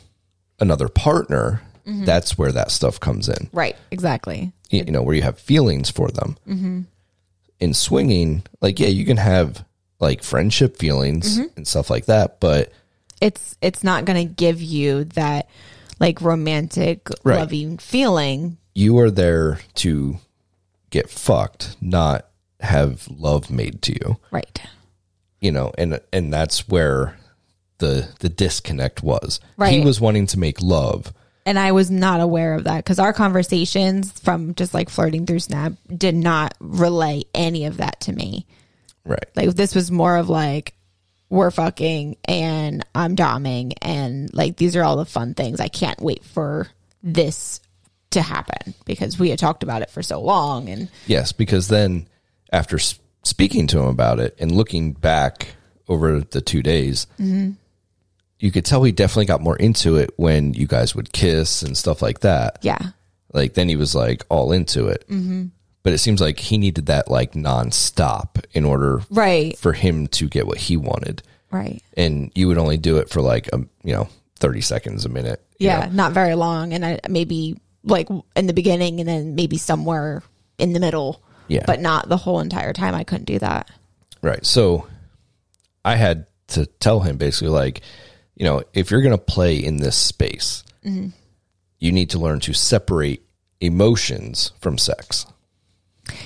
S1: another partner,
S2: Mm-hmm.
S1: that's where that stuff comes in.
S2: Right. Exactly.
S1: You, you know, where you have feelings for them.
S2: Mm-hmm.
S1: In swinging, like yeah, you can have like friendship feelings
S2: Mm-hmm.
S1: and stuff like that, but
S2: It's it's not going to give you that like romantic
S1: Right.
S2: loving feeling.
S1: you are there to get fucked, not have love made to you.
S2: Right.
S1: you know and and that's where the the disconnect was he
S2: Right.
S1: was wanting to make love
S2: And I was not aware of that because our conversations from just like flirting through Snap did not relay any of that to me.
S1: right
S2: Like this was more of like we're fucking and I'm doming and like these are all the fun things. I can't wait for this to happen because we had talked about it for so long and
S1: yes because then after s- speaking to him about it and looking back over the two days you could tell he definitely got more into it when you guys would kiss and stuff like that
S2: yeah.
S1: like then he was like all into it mm-hmm. but it seems like he needed that like nonstop in order
S2: Right.
S1: for him to get what he wanted
S2: Right.
S1: and you would only do it for like a you know 30 seconds a minute you
S2: Yeah,
S1: know?
S2: not very long and I maybe like in the beginning and then maybe somewhere in the middle.
S1: Yeah.
S2: But not the whole entire time I couldn't do that.
S1: Right. So I had to tell him basically, like, you know, if you're going to play in this space, you need to learn to separate emotions from sex.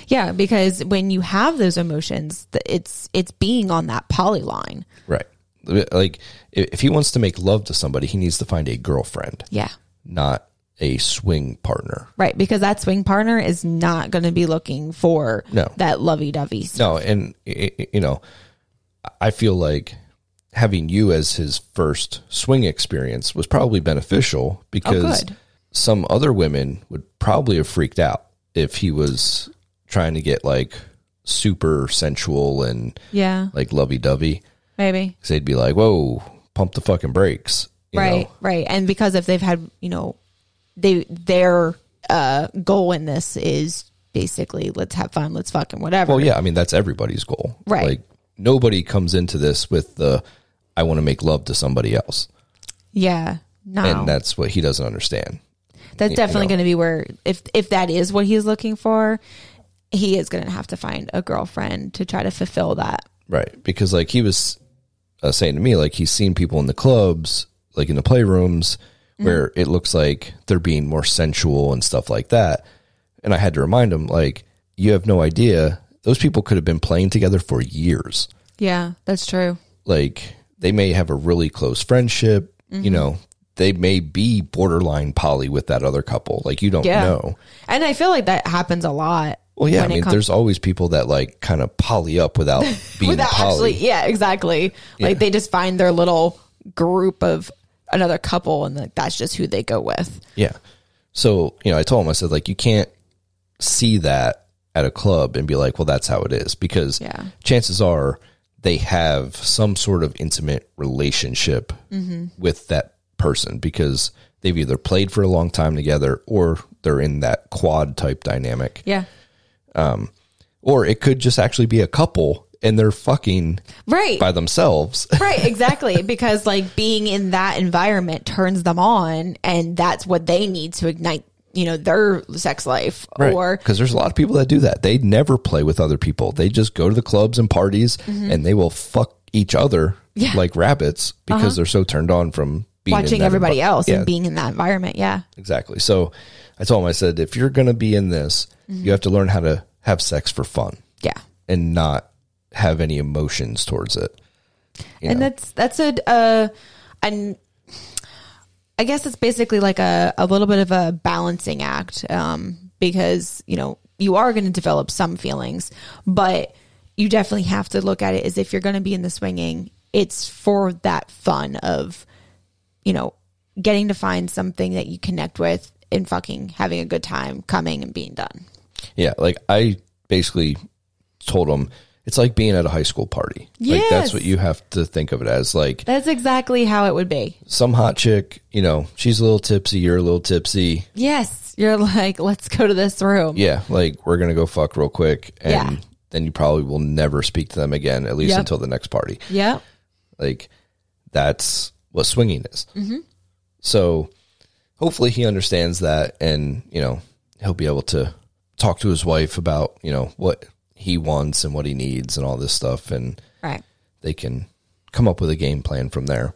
S2: Yeah, because when you have those emotions, th- it's it's being on that poly line.
S1: Right. Like, i- if he wants to make love to somebody, he needs to find a girlfriend,
S2: Yeah.
S1: not a swing partner.
S2: Right, because that swing partner is not going to be looking for
S1: No.
S2: that lovey-dovey.
S1: No. And, i- i- you know, I feel like having you as his first swing experience was probably beneficial because
S2: good.
S1: some other women would probably have freaked out if he was trying to get like super sensual and
S2: Yeah,
S1: like lovey dovey.
S2: maybe.
S1: They'd be like, whoa, pump the fucking brakes. you
S2: right,
S1: know?
S2: right. And because if they've had, you know, they their uh goal in this is basically let's have fun, let's fucking whatever.
S1: Well, yeah, I mean, that's everybody's goal.
S2: Right.
S1: Like, nobody comes into this with the, I want to make love to somebody else.
S2: yeah. No.
S1: And that's what he doesn't understand.
S2: That's definitely
S1: know.
S2: going to be where if if that is what he's looking for, he is going to have to find a girlfriend to try to fulfill that.
S1: Right. Because like he was uh, saying to me, like he's seen people in the clubs, like in the playrooms, where
S2: Mm-hmm.
S1: it looks like they're being more sensual and stuff like that. And I had to remind him, like, you have no idea. Those people could have been playing together for years.
S2: Yeah, that's true.
S1: Like they may have a really close friendship,
S2: Mm-hmm.
S1: you know, they may be borderline poly with that other couple. Like you don't
S2: Yeah.
S1: know.
S2: And I feel like that happens a lot.
S1: Well, yeah,
S2: when
S1: I
S2: it
S1: mean,
S2: comes-
S1: there's always people that like kind of poly up without being
S2: without
S1: poly.
S2: actually yeah exactly like they just find their little group of another couple and like that's just who they go with
S1: Yeah. So, you know, I told him, I said, like, you can't see that at a club and be like, well, that's how it is, because
S2: Yeah.
S1: chances are they have some sort of intimate relationship with that person because they've either played for a long time together or they're in that quad type dynamic.
S2: yeah
S1: Or it could just actually be a couple and they're fucking
S2: right
S1: by themselves.
S2: right exactly because like being in that environment turns them on and that's what they need to ignite you know their sex life or
S1: because there's a lot of people that do that. They never play with other people. They just go to the clubs and parties and they will fuck each other
S2: Mm-hmm. Yeah. Uh-huh.
S1: like rabbits because they're so turned on from being in
S2: watching
S1: that
S2: everybody
S1: envi-
S2: else
S1: Yeah,
S2: and being in that environment. Yeah.
S1: exactly. So I told him, I said, if you're going to be in this,
S2: Mm-hmm.
S1: you have to learn how to have sex for fun
S2: Yeah.
S1: and not have any emotions towards it. You
S2: and
S1: know?
S2: that's that's a uh an I guess it's basically like a, a little bit of a balancing act um, because you know you are going to develop some feelings, but you definitely have to look at it as if you're going to be in the swinging. It's for that fun of you know getting to find something that you connect with and fucking having a good time coming and being done.
S1: Yeah, like I basically told him it's like being at a high school party. Like
S2: Yes.
S1: that's what you have to think of it as. Like
S2: That's exactly how it would be.
S1: some hot chick, you know, she's a little tipsy, you're a little tipsy.
S2: Yes, you're like, let's go to this room.
S1: Yeah, like we're gonna go fuck real quick and
S2: Yeah.
S1: then you probably will never speak to them again, at least
S2: Yep.
S1: until the next party.
S2: Yep.
S1: Like that's what swinging is.
S2: Mm-hmm.
S1: So hopefully he understands that, and you know he'll be able to talk to his wife about you know what he wants and what he needs and all this stuff, and
S2: Right.
S1: they can come up with a game plan from there.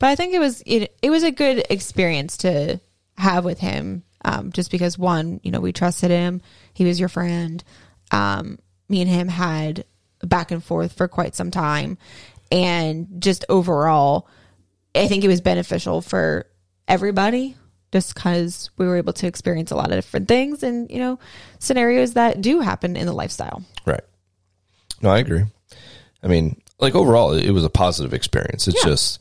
S2: but I think it was it, it was a good experience to have with him, um, just because one, you know, we trusted him. He was your friend. Um, me and him had back and forth for quite some time, and just overall, I think it was beneficial for everybody. Just because we were able to experience a lot of different things and you know scenarios that do happen in the lifestyle.
S1: Right. No, I agree. I mean, like overall, it was a positive experience. It's
S2: Yeah.
S1: just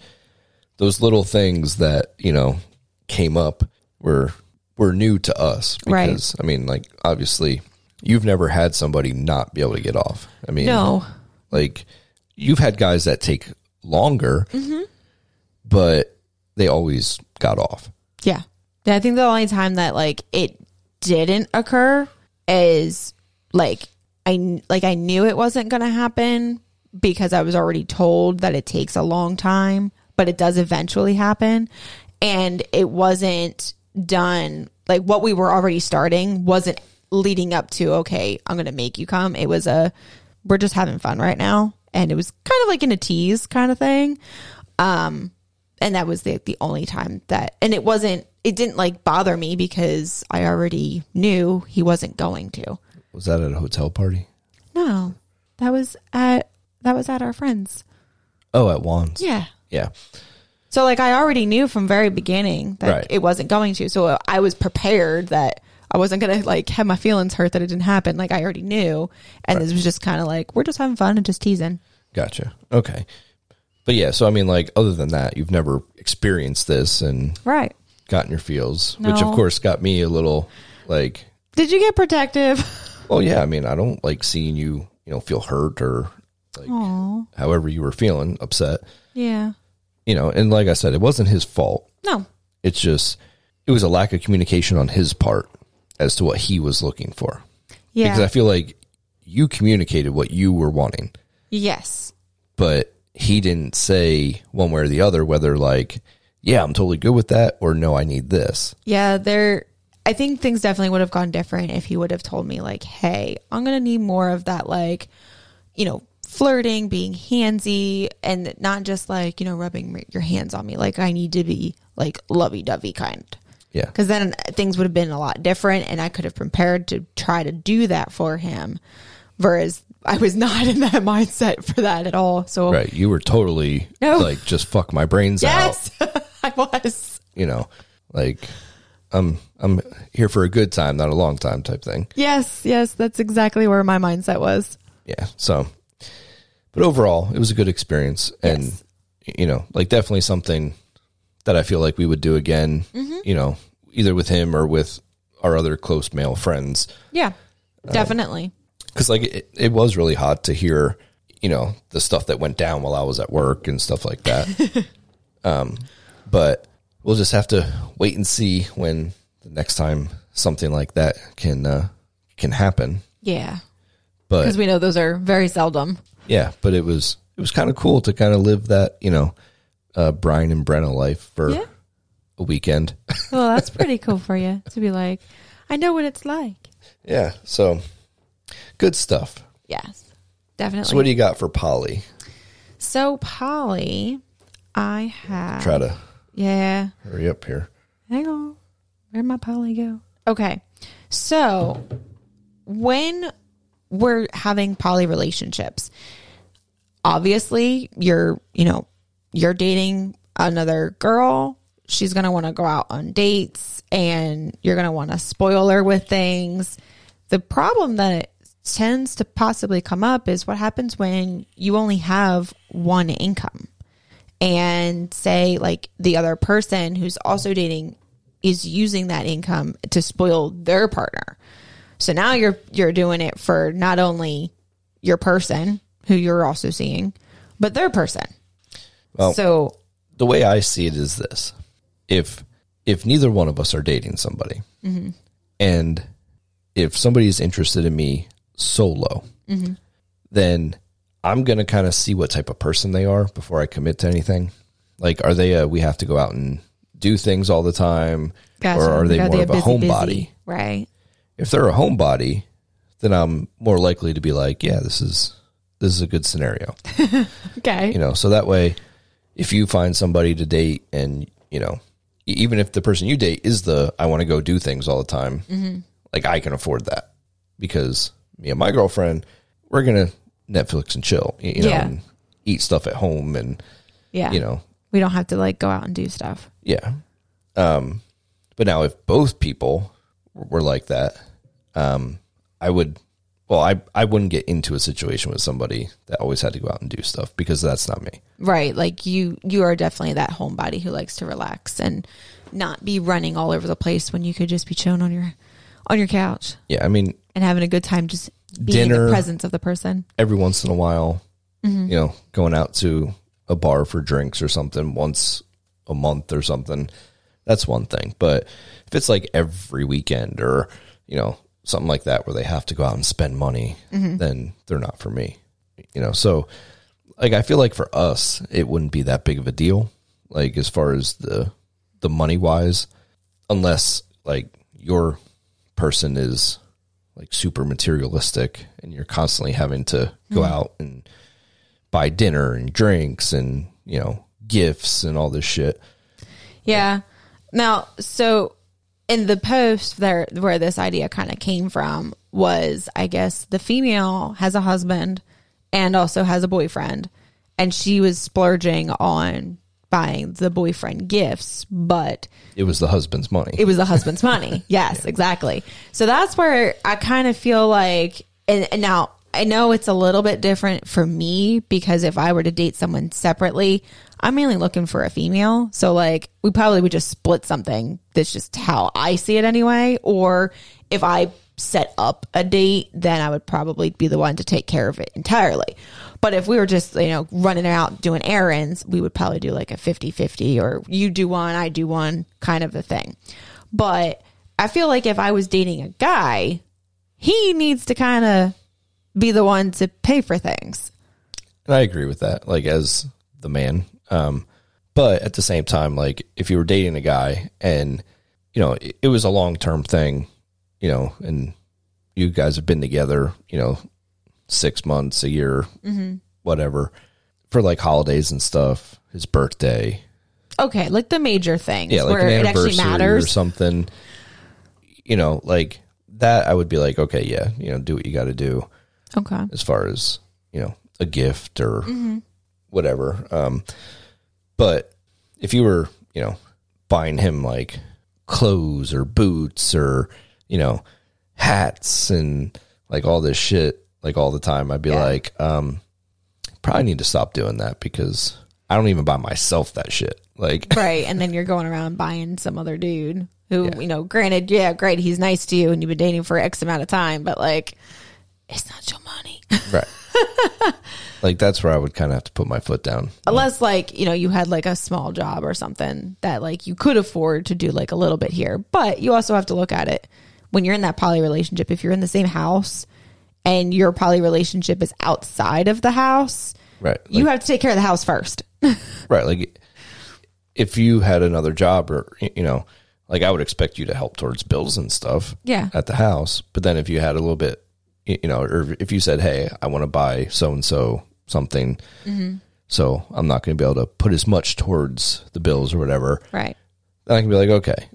S1: those little things that you know came up were were new to us
S2: Right.
S1: because I mean, like obviously, you've never had somebody not be able to get off. I mean,
S2: No,
S1: like you've had guys that take longer,
S2: Mm-hmm.
S1: but they always got off.
S2: Yeah. Yeah, I think the only time that like it didn't occur is like I kn- like I knew it wasn't going to happen because I was already told that it takes a long time, but it does eventually happen and it wasn't done like what we were already starting wasn't leading up to okay, I'm going to make you come. It was a we're just having fun right now and it was kind of like in a tease kind of thing and that was the the only time that and it wasn't it didn't like bother me because I already knew he wasn't going to.
S1: Was that at a hotel party?
S2: No. That was at that was at our friends.
S1: Oh, at Wands.
S2: Yeah.
S1: Yeah.
S2: So like I already knew from very beginning that
S1: Right.
S2: it wasn't going to. So I was prepared that I wasn't going to like have my feelings hurt that it didn't happen. Like I already knew and this was just kind of like we're just having fun and just teasing.
S1: Gotcha. Okay. But yeah, so I mean, like, other than that, you've never experienced this and
S2: Right.
S1: gotten your feels, which of
S2: No.
S1: course got me a little like,
S2: Did you get protective?
S1: well, yeah, I mean, I don't like seeing you, you know, feel hurt or like
S2: Oh.
S1: however you were feeling upset,
S2: Yeah.
S1: you know. And like I said, it wasn't his fault.
S2: No.
S1: It's just, it was a lack of communication on his part as to what he was looking for.
S2: Yeah.
S1: Because I feel like you communicated what you were wanting.
S2: yes.
S1: but he didn't say one way or the other whether like yeah i'm totally good with that or no i need this
S2: Yeah, there. I think things definitely would have gone different if he would have told me like, "Hey, I'm gonna need more of that, like, you know, flirting, being handsy, and not just like you know rubbing m- your hands on me. Like, I need to be like lovey dovey kind."
S1: yeah
S2: Because then things would have been a lot different, and I could have prepared to try to do that for him. Whereas I was not in that mindset for that at all. So
S1: right you were totally
S2: No.
S1: like just fuck my brains out
S2: yes, I was.
S1: you know like i'm i'm here for a good time not a long time type thing
S2: Yes, yes, that's exactly where my mindset was.
S1: yeah so but overall it was a good experience and
S2: Yes.
S1: you know like definitely something that i feel like we would do again
S2: Mm-hmm.
S1: you know either with him or with our other close male friends
S2: Yeah, definitely.
S1: because like it, it was really hot to hear you know the stuff that went down while i was at work and stuff like that um but we'll just have to wait and see when the next time something like that can uh can happen
S2: Yeah.
S1: but
S2: Because we know those are very seldom.
S1: yeah but it was it was kind of cool to kind of live that you know uh brian and brenna life for
S2: Yeah.
S1: a weekend.
S2: Well, that's pretty cool for you to be like, I know what it's like.
S1: yeah. So good stuff.
S2: Yes, definitely.
S1: So what do you got for Polly?
S2: So Polly, I have.
S1: Try to
S2: Yeah.
S1: hurry up here.
S2: Hang on. Where'd my Polly go? Okay. So when we're having poly relationships, obviously you're, you know, you're dating another girl. She's going to want to go out on dates and you're going to want to spoil her with things. The problem that tends to possibly come up is what happens when you only have one income and say like the other person who's also dating is using that income to spoil their partner. So now you're you're doing it for not only your person who you're also seeing, but their person.
S1: Well-
S2: so
S1: the way I see it is this: if if neither one of us are dating somebody, and if somebody is interested in me solo, then I'm gonna kind of see what type of person they are before I commit to anything. Like, are they a we have to go out and do things all the time, or are they
S2: Gotta be
S1: more of a
S2: busy,
S1: homebody?
S2: busy. Right.
S1: If they're a homebody, then I'm more likely to be like, yeah, this is this is a good scenario
S2: Okay.
S1: you know so that way if you find somebody to date and you know e- even if the person you date is the i want to go do things all the time like i can afford that because me and my girlfriend we're gonna netflix and chill y- you know
S2: Yeah.
S1: and eat stuff at home and
S2: yeah.
S1: you know
S2: we don't have to like go out and do stuff.
S1: yeah um but now if both people were like that um i would well i i wouldn't get into a situation with somebody that always had to go out and do stuff because that's not me
S2: Right. Like you you are definitely that homebody who likes to relax and not be running all over the place when you could just be chilling on your on your couch
S1: yeah i mean
S2: and having a good time just being in
S1: Dinner.
S2: the presence of the person.
S1: every once in a while, you know, going out to a bar for drinks or something once a month or something. That's one thing. But if it's like every weekend or, you know, something like that where they have to go out and spend money, then they're not for me. You know, so like I feel like for us it wouldn't be that big of a deal like as far as the the money wise unless like your person is like super materialistic and you're constantly having to go out and buy dinner and drinks and you know gifts and all this shit
S2: Yeah. Now, so in the post there where this idea kind of came from was I guess the female has a husband and also has a boyfriend and she was splurging on buying the boyfriend gifts, but
S1: it was the husband's money
S2: it was the husband's money. Yes, exactly. So that's where I kind of feel like, and, and now I know it's a little bit different for me because if I were to date someone separately, I'm mainly looking for a female. So like we probably would just split something. That's just how I see it anyway. Or if I set up a date, then I would probably be the one to take care of it entirely. But if we were just, you know, running out doing errands, we would probably do like a 50 50 or you do one, I do one kind of a thing. But I feel like if I was dating a guy, he needs to kind of be the one to pay for things.
S1: and i agree with that like as the man um but at the same time like if you were dating a guy and you know it, it was a long term thing you know and you guys have been together you know six months a year whatever for like holidays and stuff his birthday
S2: Okay, like the major things
S1: yeah, like an
S2: where it actually
S1: anniversary or
S2: matters.
S1: something. You know, like that, I would be like, okay, yeah, you know, do what you got to do
S2: Okay.
S1: as far as you know a gift or
S2: Mm-hmm.
S1: whatever. Um, but if you were, you know, buying him like clothes or boots or you know hats and like all this shit like all the time, I'd be like, um, probably need to stop doing that because I don't even buy myself that shit. Like,
S2: right and then you're going around buying some other dude who you know granted yeah great he's nice to you and you've been dating for x amount of time but like it's not your money
S1: Right. like that's where I would kind of have to put my foot down.
S2: unless like you know you had like a small job or something that like you could afford to do like a little bit here but you also have to look at it when you're in that poly relationship if you're in the same house and your poly relationship is outside of the house
S1: Right. Like,
S2: you have to take care of the house first
S1: right. Like if you had another job or y- you know, like I would expect you to help towards bills and stuff
S2: Yeah.
S1: at the house. But then if you had a little bit, y- you know, or if you said, "Hey, I want to buy so and so something," so I'm not going to be able to put as much towards the bills or whatever,
S2: Right.
S1: then I can be like, "Okay,"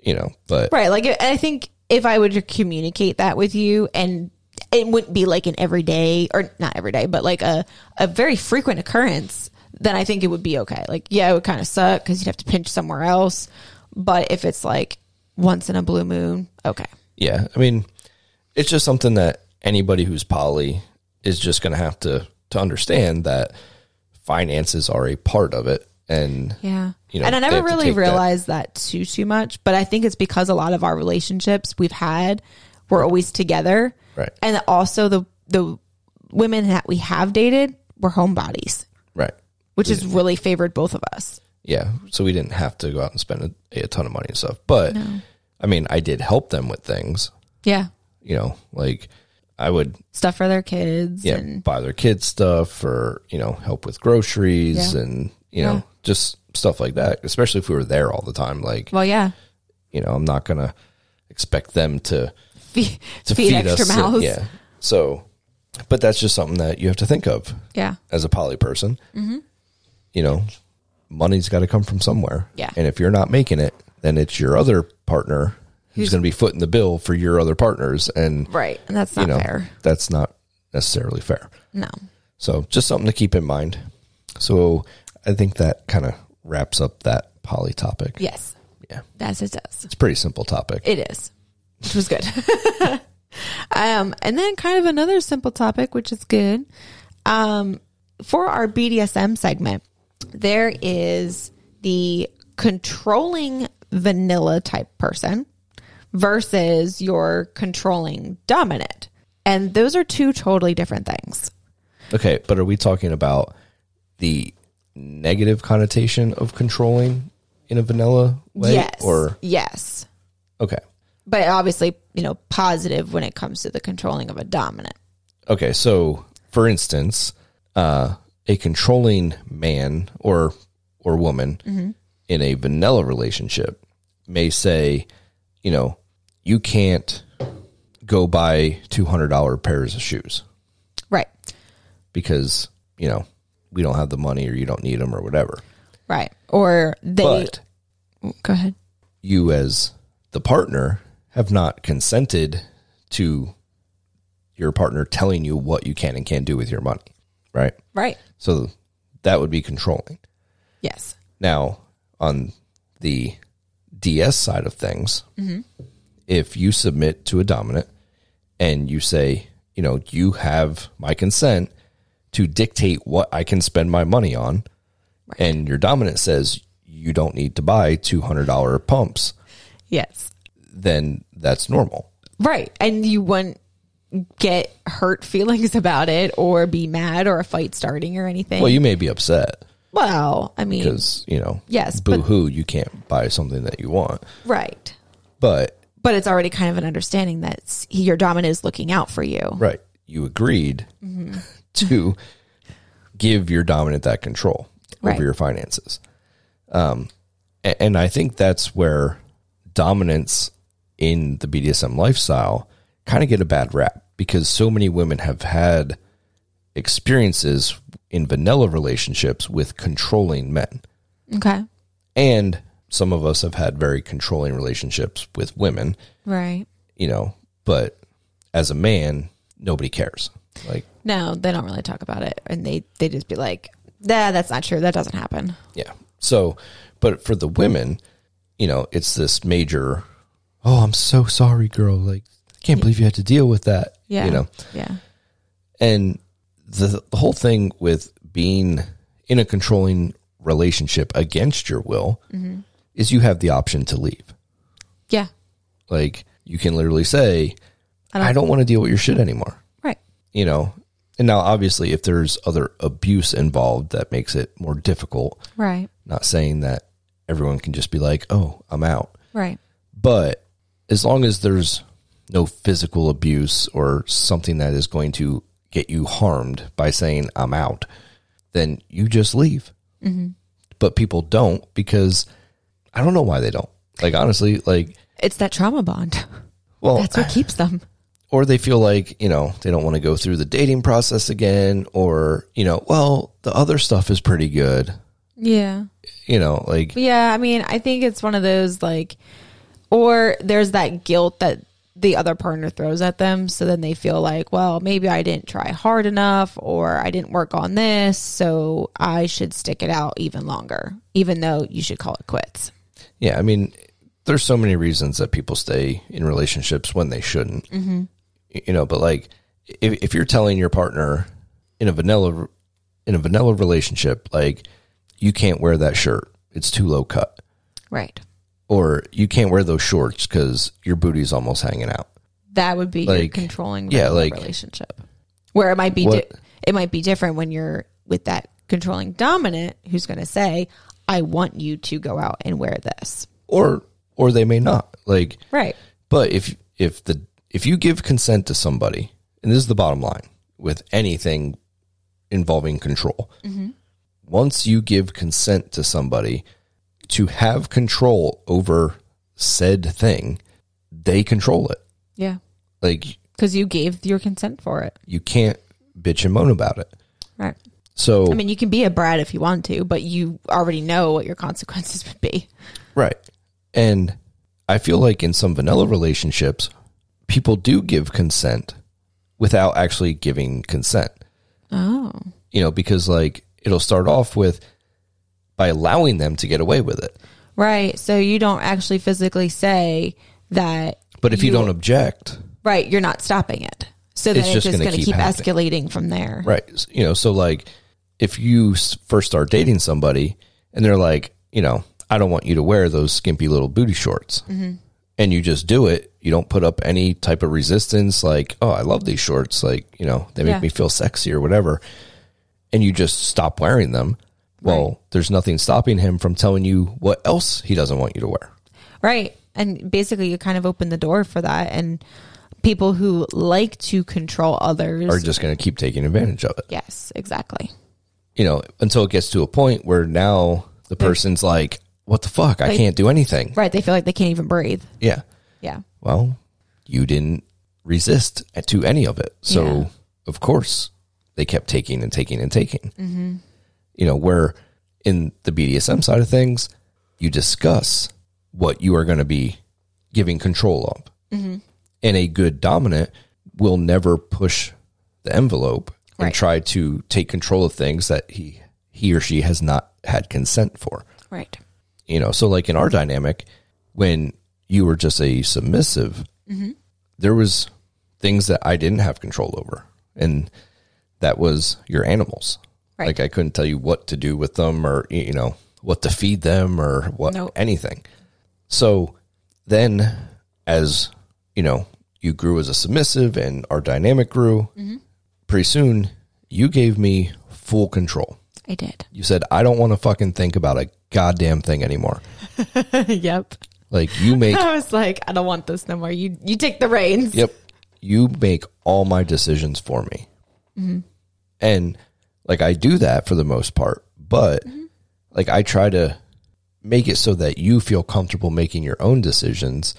S1: you know. But
S2: Right. Like, I I think if I were to communicate that with you and it wouldn't be like an everyday or not everyday, but like a, a very frequent occurrence, then I think it would be okay. Like, yeah, it would kind of suck because you'd have to pinch somewhere else. But if it's like once in a blue moon, okay.
S1: yeah, I mean, it's just something that anybody who's poly is just going to have to to understand that finances are a part of it, and
S2: Yeah.
S1: You know,
S2: and I
S1: they
S2: never
S1: have to
S2: really
S1: take that-
S2: realized that. too too much, but I think it's because a lot of our relationships we've had were always together.
S1: Right.
S2: And also the the women that we have dated were homebodies,
S1: right,
S2: which has really favored both of us.
S1: yeah. So we didn't have to go out and spend a, a ton of money and stuff, but I mean, I did help them with things,
S2: Yeah.
S1: you know, like I would
S2: Stuff for their kids
S1: yeah,
S2: and
S1: buy their kids stuff or, you know, help with groceries
S2: Yeah.
S1: and, you know,
S2: Yeah.
S1: just stuff like that. Especially if we were there all the time. Like,
S2: well, yeah.
S1: you know, I'm not gonna expect them to
S2: Feed,
S1: to
S2: feed, extra
S1: us.
S2: mouths. Yeah.
S1: Yeah. So but that's just something that you have to think of
S2: Yeah.
S1: as a poly person. Mm-hmm. You know, money's gotta come from somewhere.
S2: Yeah.
S1: And if you're not making it, then it's your other partner who's gonna be footing the bill for your other partners and
S2: Right. And that's not
S1: you know
S2: fair.
S1: that's not necessarily fair.
S2: No.
S1: So just something to keep in mind. So I think that kind of wraps up that poly topic.
S2: Yes.
S1: Yeah.
S2: That's it does.
S1: It's a pretty simple topic.
S2: It is, which was good. um, and then kind of another simple topic, which is good. Um, for our BDSM segment, there is the controlling vanilla type person versus your controlling dominant. And those are two totally different things.
S1: Okay, but are we talking about the negative connotation of controlling in a vanilla way?
S2: yes.
S1: Or
S2: yes.
S1: okay.
S2: But obviously, you know, positive when it comes to the controlling of a dominant.
S1: Okay, so for instance, uh, a controlling man or or woman
S2: Mm-hmm.
S1: in a vanilla relationship may say, you know, you can't go buy two hundred dollar pairs of shoes
S2: Right.
S1: because you know we don't have the money or you don't need them or whatever.
S2: Right. Or they
S1: But
S2: go ahead.
S1: you as the partner have not consented to your partner telling you what you can and can't do with your money, right?
S2: Right.
S1: So that would be controlling.
S2: Yes.
S1: Now, on the DS side of things, if you submit to a dominant and you say, you know, you have my consent to dictate what I can spend my money on, and your dominant says you don't need to buy $200 pumps,
S2: Yes.
S1: then that's normal.
S2: Right. And you wouldn't get hurt feelings about it or be mad or a fight starting or anything.
S1: Well,
S2: Well,
S1: you may be upset
S2: I mean,
S1: because, you know,
S2: Yes,
S1: boo
S2: but-
S1: hoo, you can't buy something that you want.
S2: right.
S1: But
S2: But it's already kind of an understanding that s- your dominant is looking out for you.
S1: Right. You agreed
S2: Mm-hmm.
S1: to give your dominant that control
S2: Right.
S1: over your finances. Um, a- and I think that's where dominance in the BDSM lifestyle kind of get a bad rap because so many women have had experiences in vanilla relationships with controlling men.
S2: Okay.
S1: And some of us have had very controlling relationships with women,
S2: Right.
S1: you know, but as a man, nobody cares. Like,
S2: No, they don't really talk about it. And they, they just be like, nah, that's not true. That doesn't happen.
S1: Yeah. So, but for the women, you know, it's this major, oh, I'm so sorry, girl. Like, I can't believe you had to deal with that.
S2: Yeah.
S1: You know,
S2: Yeah.
S1: and the, the whole thing with being in a controlling relationship against your will is you have the option to leave.
S2: Yeah.
S1: Like, you can literally say, I don't, want to deal with your shit anymore.
S2: Right.
S1: You know, and now obviously, if there's other abuse involved that makes it more difficult,
S2: Right.
S1: not saying that everyone can just be like, oh, I'm out.
S2: Right.
S1: But as long as there's no physical abuse or something that is going to get you harmed by saying, I'm out, then you just leave. but people don't because I don't know why they don't. Like honestly, like
S2: It's that trauma bond.
S1: well,
S2: That's what keeps them.
S1: or they feel like you know they don't want to go through the dating process again, or you know, well, the other stuff is pretty good.
S2: Yeah.
S1: You know, like
S2: Yeah, I mean, I think it's one of those like, or there's that guilt that the other partner throws at them. So then they feel like, well, maybe I didn't try hard enough or I didn't work on this. So I should stick it out even longer, even though you should call it quits.
S1: Yeah, I mean, there's so many reasons that people stay in relationships when they shouldn't. Mm-hmm. You know, but like if, if you're telling your partner in a vanilla in a vanilla relationship, like you can't wear that shirt; it's too low cut,
S2: Right.
S1: or you can't wear those shorts because your booty's almost hanging out.
S2: That would be your
S1: Like,
S2: controlling
S1: yeah,
S2: vanilla
S1: like-
S2: relationship where it might be, di-
S1: What-
S2: it might be different when you're with that controlling dominant who's going to say, I want you to go out and wear this.
S1: Or or they may not. Like
S2: Right.
S1: But if if the if you give consent to somebody, and this is the bottom line with anything involving control,
S2: Mm-hmm.
S1: once you give consent to somebody to have control over said thing, they control it.
S2: Yeah.
S1: Like
S2: because you gave your consent for it.
S1: you can't bitch and moan about it.
S2: Right.
S1: So
S2: I mean, you can be a brat if you want to, but you already know what your consequences would be.
S1: Right. And I feel like in some vanilla relationships, people do give consent without actually giving consent.
S2: Oh,
S1: you know, because like it'll start off with by allowing them to get away with it.
S2: right. So you don't actually physically say that,
S1: But if you, don't object,
S2: right, you're not stopping it. So then
S1: It's
S2: it's
S1: just
S2: just,
S1: gonna
S2: going to
S1: keep
S2: keep,
S1: happening.
S2: escalating from there.
S1: right, s- you know, so like if you s- first start dating somebody and they're like, you know, I don't want you to wear those skimpy little booty shorts. And you just do it. You don't put up any type of resistance like, oh, I love these shorts. Like, you know, they make
S2: Yeah.
S1: me feel sexy or whatever. And you just stop wearing them. Well, there's nothing stopping him from telling you what else he doesn't want you to wear.
S2: Right. And basically, you kind of open the door for that. And people who like to control others.
S1: Or just going to keep taking advantage of it.
S2: yes, exactly.
S1: you know, until it gets to a point where now the person's like, what the fuck? I can't do anything.
S2: Right. They feel like they can't even breathe.
S1: Yeah.
S2: Yeah.
S1: Well, you didn't resist to any of it. So,
S2: Yeah.
S1: of course, they kept taking and taking and taking. Mm-hmm. You know, where in the BDSM side of things, you discuss what you are going to be giving control of.
S2: Mm-hmm.
S1: And a good dominant will never push the envelope and
S2: Right.
S1: try to take control of things that he he or she has not had consent for
S2: Right.
S1: you know so like in our dynamic when you were just a submissive
S2: Mm-hmm.
S1: there was things that i didn't have control over and that was your animals
S2: Right.
S1: like i couldn't tell you what to do with them or y- you know what to feed them or what
S2: Nope.
S1: anything so then as you know you grew as a submissive and our dynamic grew
S2: Mm-hmm.
S1: pretty soon you gave me full control
S2: I did.
S1: you said i don't want to fucking think about a goddamn thing anymore
S2: yep.
S1: like you make
S2: I was like, I don't want this no more. You you take the reins.
S1: yep, you make all my decisions for me. And like I do that for the most part, but like I try to make it so that you feel comfortable making your own decisions.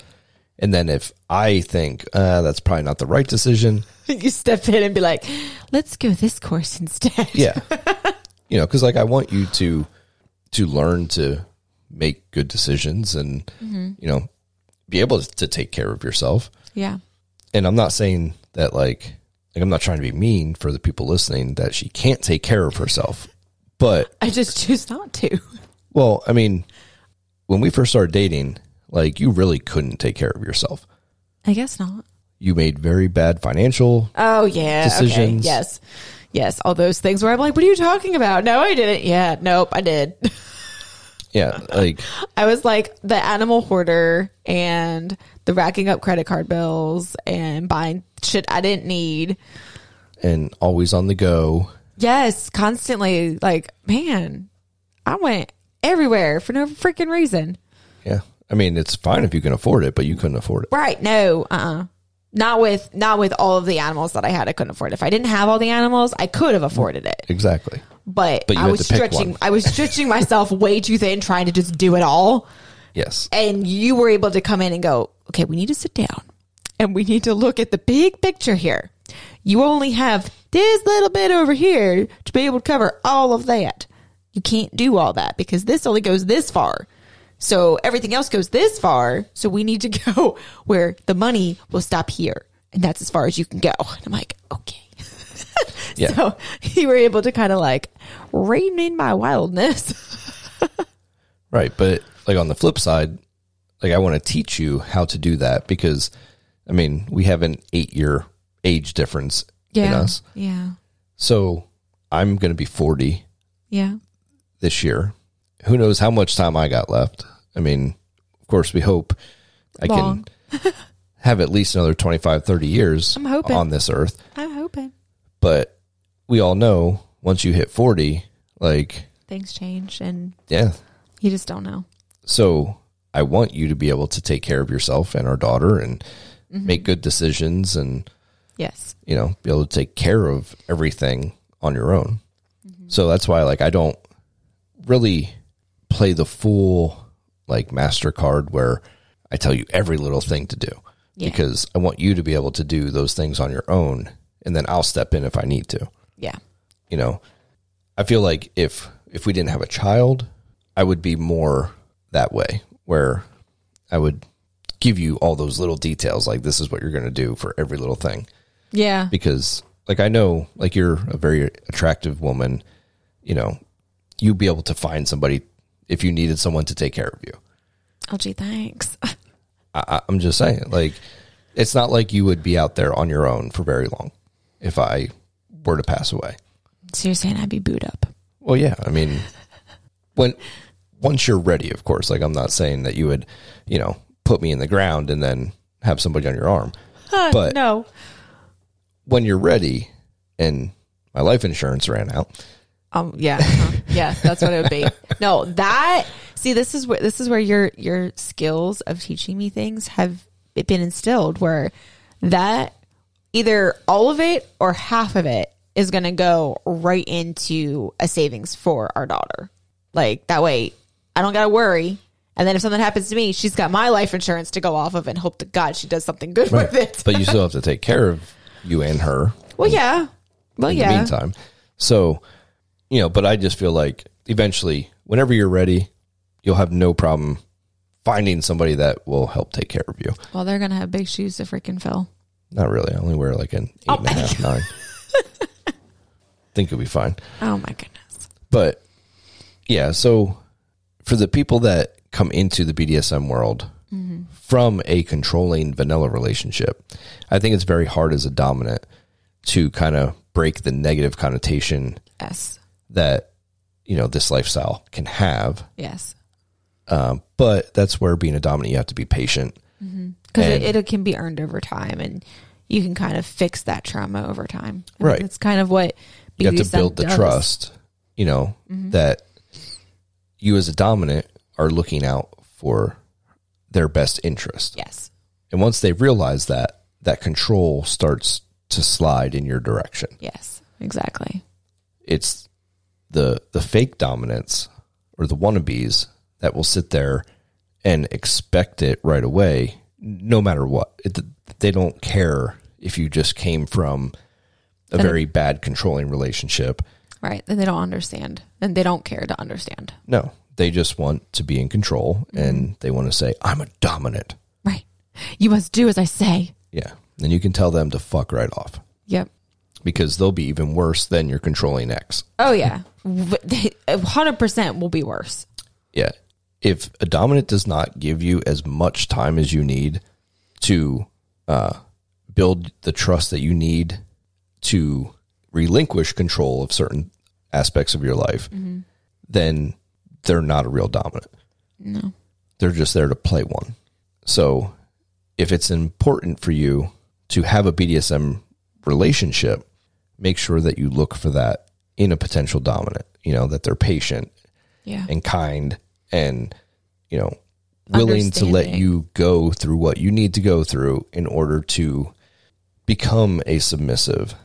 S1: And then if I think uh, that's probably not the right decision,
S2: you step in and be like, let's go this course instead.
S1: yeah, you know, because like I want you to to learn to make good decisions and you know be able to take care of yourself.
S2: Yeah.
S1: and I'm not saying that like like I'm not trying to be mean for the people listening that she can't take care of herself. But
S2: I just choose not to.
S1: well, I mean, when we first started dating, like you really couldn't take care of yourself.
S2: I guess not.
S1: You made very bad financial
S2: Oh yeah. Okay.
S1: Decisions.
S2: Yes. Yes. All those things where I'm like, what are you talking about? No, I didn't. Yeah. Nope. I did.
S1: yeah, like
S2: I was like the animal hoarder and the racking up credit card bills and buying shit I didn't need.
S1: and always on the go.
S2: Yes. Constantly like, man, I went everywhere for no freaking reason.
S1: Yeah. I mean, it's fine if you can afford it, but you couldn't afford it.
S2: Right. No. Uh. uh Not with not with all of the animals that I had. I couldn't afford. it. If I didn't have all the animals, I could have afforded it.
S1: Exactly.
S2: but,
S1: But you
S2: I
S1: had
S2: was
S1: to pick
S2: stretching.
S1: one.
S2: I was stretching myself way too thin, trying to just do it all.
S1: Yes.
S2: And you were able to come in and go, okay, we need to sit down, and we need to look at the big picture here. You only have this little bit over here to be able to cover all of that. You can't do all that because this only goes this far. So everything else goes this far. So we need to go where the money will stop here. And that's as far as you can go. And I'm like, okay.
S1: Yeah.
S2: So you were able to kind of like rein in my wildness.
S1: Right. But like on the flip side, like I want to teach you how to do that because I mean, we have an eight year age difference in us.
S2: Yeah.
S1: So I'm going to be 40
S2: Yeah.
S1: this year. Who knows how much time I got left? I mean, of course, we hope I
S2: Long.
S1: can have at least another 25, 30 years
S2: I'm hoping.
S1: on this earth.
S2: I'm hoping
S1: But we all know once you hit 40, like,
S2: things change and
S1: yeah.
S2: you just don't know.
S1: So I want you to be able to take care of yourself and our daughter and make good decisions and,
S2: Yes.
S1: you know, be able to take care of everything on your own. So that's why, like, I don't really play the full, like, MasterCard where I tell you every little thing to do
S2: Yeah.
S1: because I want you to be able to do those things on your own. And then I'll step in if I need to.
S2: Yeah.
S1: you know i feel like if if we didn't have a child i would be more that way where i would give you all those little details like this is what you're going to do for every little thing
S2: Yeah.
S1: because like i know like you're a very attractive woman you know you'd be able to find somebody if you needed someone to take care of you
S2: Oh, gee, thanks.
S1: I, I- i'm just saying like it's not like you would be out there on your own for very long if i were to pass away
S2: So you're saying I'd be booed up?
S1: Well, yeah. I mean, when once you're ready, of course. Like I'm not saying that you would, you know, put me in the ground and then have somebody on your arm. But-
S2: no.
S1: When you're ready, and my life insurance ran out.
S2: Um. Yeah. uh-huh. Yeah. That's what it would be. No. That. See, this is where this is where your your skills of teaching me things have been instilled. Where that either all of it or half of it is going to go right into a savings for our daughter. Like that way, I don't got to worry. And then if something happens to me, she's got my life insurance to go off of, and hope to God she does something good with it.
S1: but you still have to take care of you and her
S2: Well, yeah. Well,
S1: in
S2: yeah.
S1: the meantime. So, you know, but I just feel like eventually, whenever you're ready, you'll have no problem finding somebody that will help take care of you.
S2: Well, they're gonna have big shoes to freaking fill.
S1: Not really. I only wear like an
S2: Oh,
S1: eight and a half, nine. Think you'll be fine.
S2: Oh my goodness.
S1: but yeah so for the people that come into the bdsm world from a controlling vanilla relationship i think it's very hard as a dominant to kind of break the negative connotation
S2: Yes.
S1: that you know this lifestyle can have
S2: Yes.
S1: um, but that's where being a dominant you have to be patient
S2: Because
S1: And-
S2: it, it can be earned over time, and you can kind of fix that trauma over time. I
S1: Right.
S2: It's kind of what
S1: you have to
S2: BDSM
S1: build the
S2: does.
S1: trust you know that you as a dominant are looking out for their best interest
S2: Yes.
S1: And once they realize that, that control starts to slide in your direction.
S2: Yes. Exactly.
S1: It's the the fake dominance or the wannabes that will sit there and expect it right away, no matter what. It, they don't care if you just came from a very bad controlling relationship.
S2: Right. And they don't understand, and they don't care to understand.
S1: No, they just want to be in control and they want to say, "I'm a dominant."
S2: Right. You must do as I say.
S1: Yeah, and you can tell them to fuck right off
S2: Yep.
S1: because they'll be even worse than your controlling ex.
S2: Oh yeah. Hundred percent will be worse.
S1: Yeah. If a dominant does not give you as much time as you need to uh, build the trust that you need to relinquish control of certain aspects of your life, then they're not a real dominant.
S2: No.
S1: They're just there to play one. So if it's important for you to have a BDSM relationship, make sure that you look for that in a potential dominant, you know, that they're patient
S2: Yeah.
S1: and kind and you know willing to let
S2: Understanding.
S1: you go through what you need to go through in order to become a submissive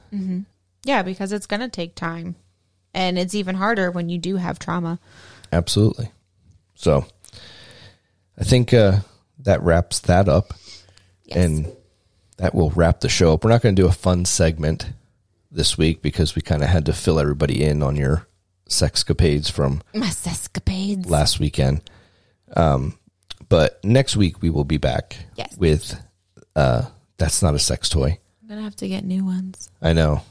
S2: Yeah, because it's gonna take time. And it's even harder when you do have trauma.
S1: Absolutely. So I think uh, that wraps that up.
S2: Yes.
S1: And that will wrap the show up. We're not going to do a fun segment this week because we kind of had to fill everybody in on your sexcapades from
S2: My sescapades.
S1: last weekend. Um, but next week we will be back
S2: Yes.
S1: with uh, That's Not a Sex Toy.
S2: I'm going to have to get new ones.
S1: I know.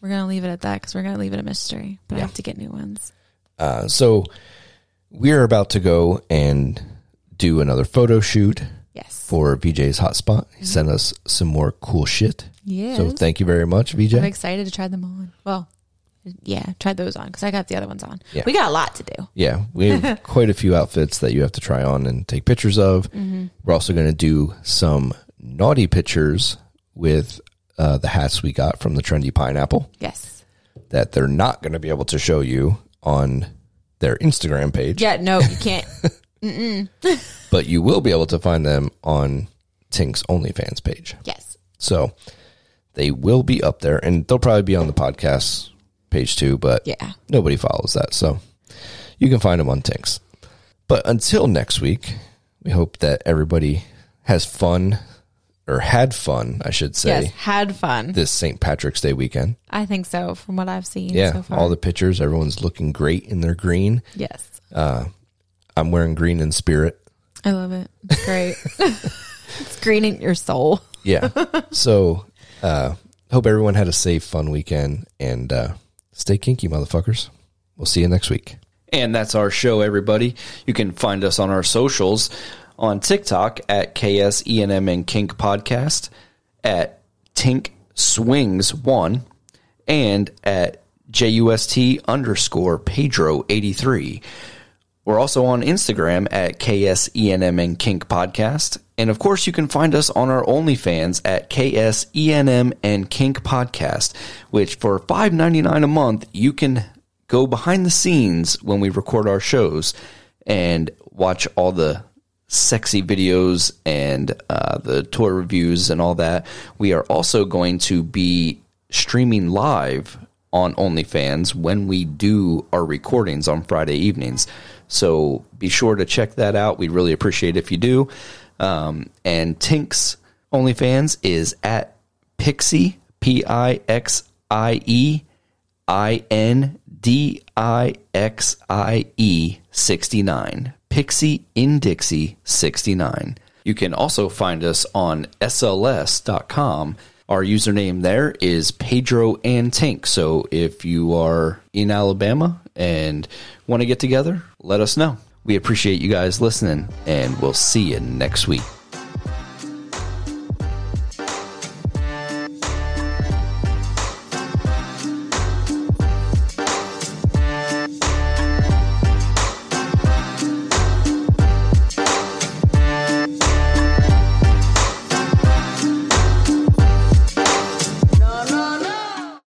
S2: We're going to leave it at that because we're going to leave it a mystery. But I have to get new ones.
S1: Uh, so we're about to go and do another photo shoot
S2: Yes.
S1: for VJ's Hotspot. He sent us some more cool shit.
S2: Mm-hmm. Yes.
S1: So thank you very much,
S2: I'm
S1: VJ.
S2: excited to try them on. Well, yeah, try those on because I got the other ones on.
S1: Yeah.
S2: We got a lot to do.
S1: Yeah, we have quite a few outfits that you have to try on and take pictures of.
S2: Mm-hmm.
S1: We're also going to do some naughty pictures with uh, the hats we got from the Trendy Pineapple.
S2: Yes.
S1: that they're not going to be able to show you on their Instagram page,
S2: Yeah, no, you can't.
S1: but you will be able to find them on Tink's OnlyFans page.
S2: yes.
S1: So they will be up there and they'll probably be on the podcast page too, but
S2: Yeah.
S1: nobody follows that. So you can find them on Tink's. But until next week, we hope that everybody has fun or had fun, I should say,
S2: Yes. Had fun.
S1: this St. Patrick's Day weekend.
S2: I think so from what I've seen
S1: Yeah,
S2: so far.
S1: all the pictures, everyone's looking great in their green.
S2: yes.
S1: I'm wearing green in spirit.
S2: I love it. It's great. it's greening your soul.
S1: Yeah. so, uh, hope everyone had a safe, fun weekend and uh, stay kinky, motherfuckers. We'll see you next week.
S3: And that's our show, everybody. You can find us on our socials on TikTok at KSENM and Kink Podcast, at Tink Swings One, and at JUST underscore Pedro 83. We're also on Instagram at KSENM and Kink Podcast. And of course, you can find us on our OnlyFans at KSENM and Kink Podcast, which for $5.99 a month, you can go behind the scenes when we record our shows and watch all the sexy videos and uh, the tour reviews and all that. We are also going to be streaming live on OnlyFans when we do our recordings on Friday evenings. So be sure to check that out. We'd really appreciate it if you do. Um, and Tink's OnlyFans is at Pixie, P I X I E I N D I X I E 69. Pixie in Dixie 69. You can also find us on SLS.com. Our username there is Pedro and Tank. So if you are in Alabama and want to get together, let us know. We appreciate you guys listening, and we'll see you next week.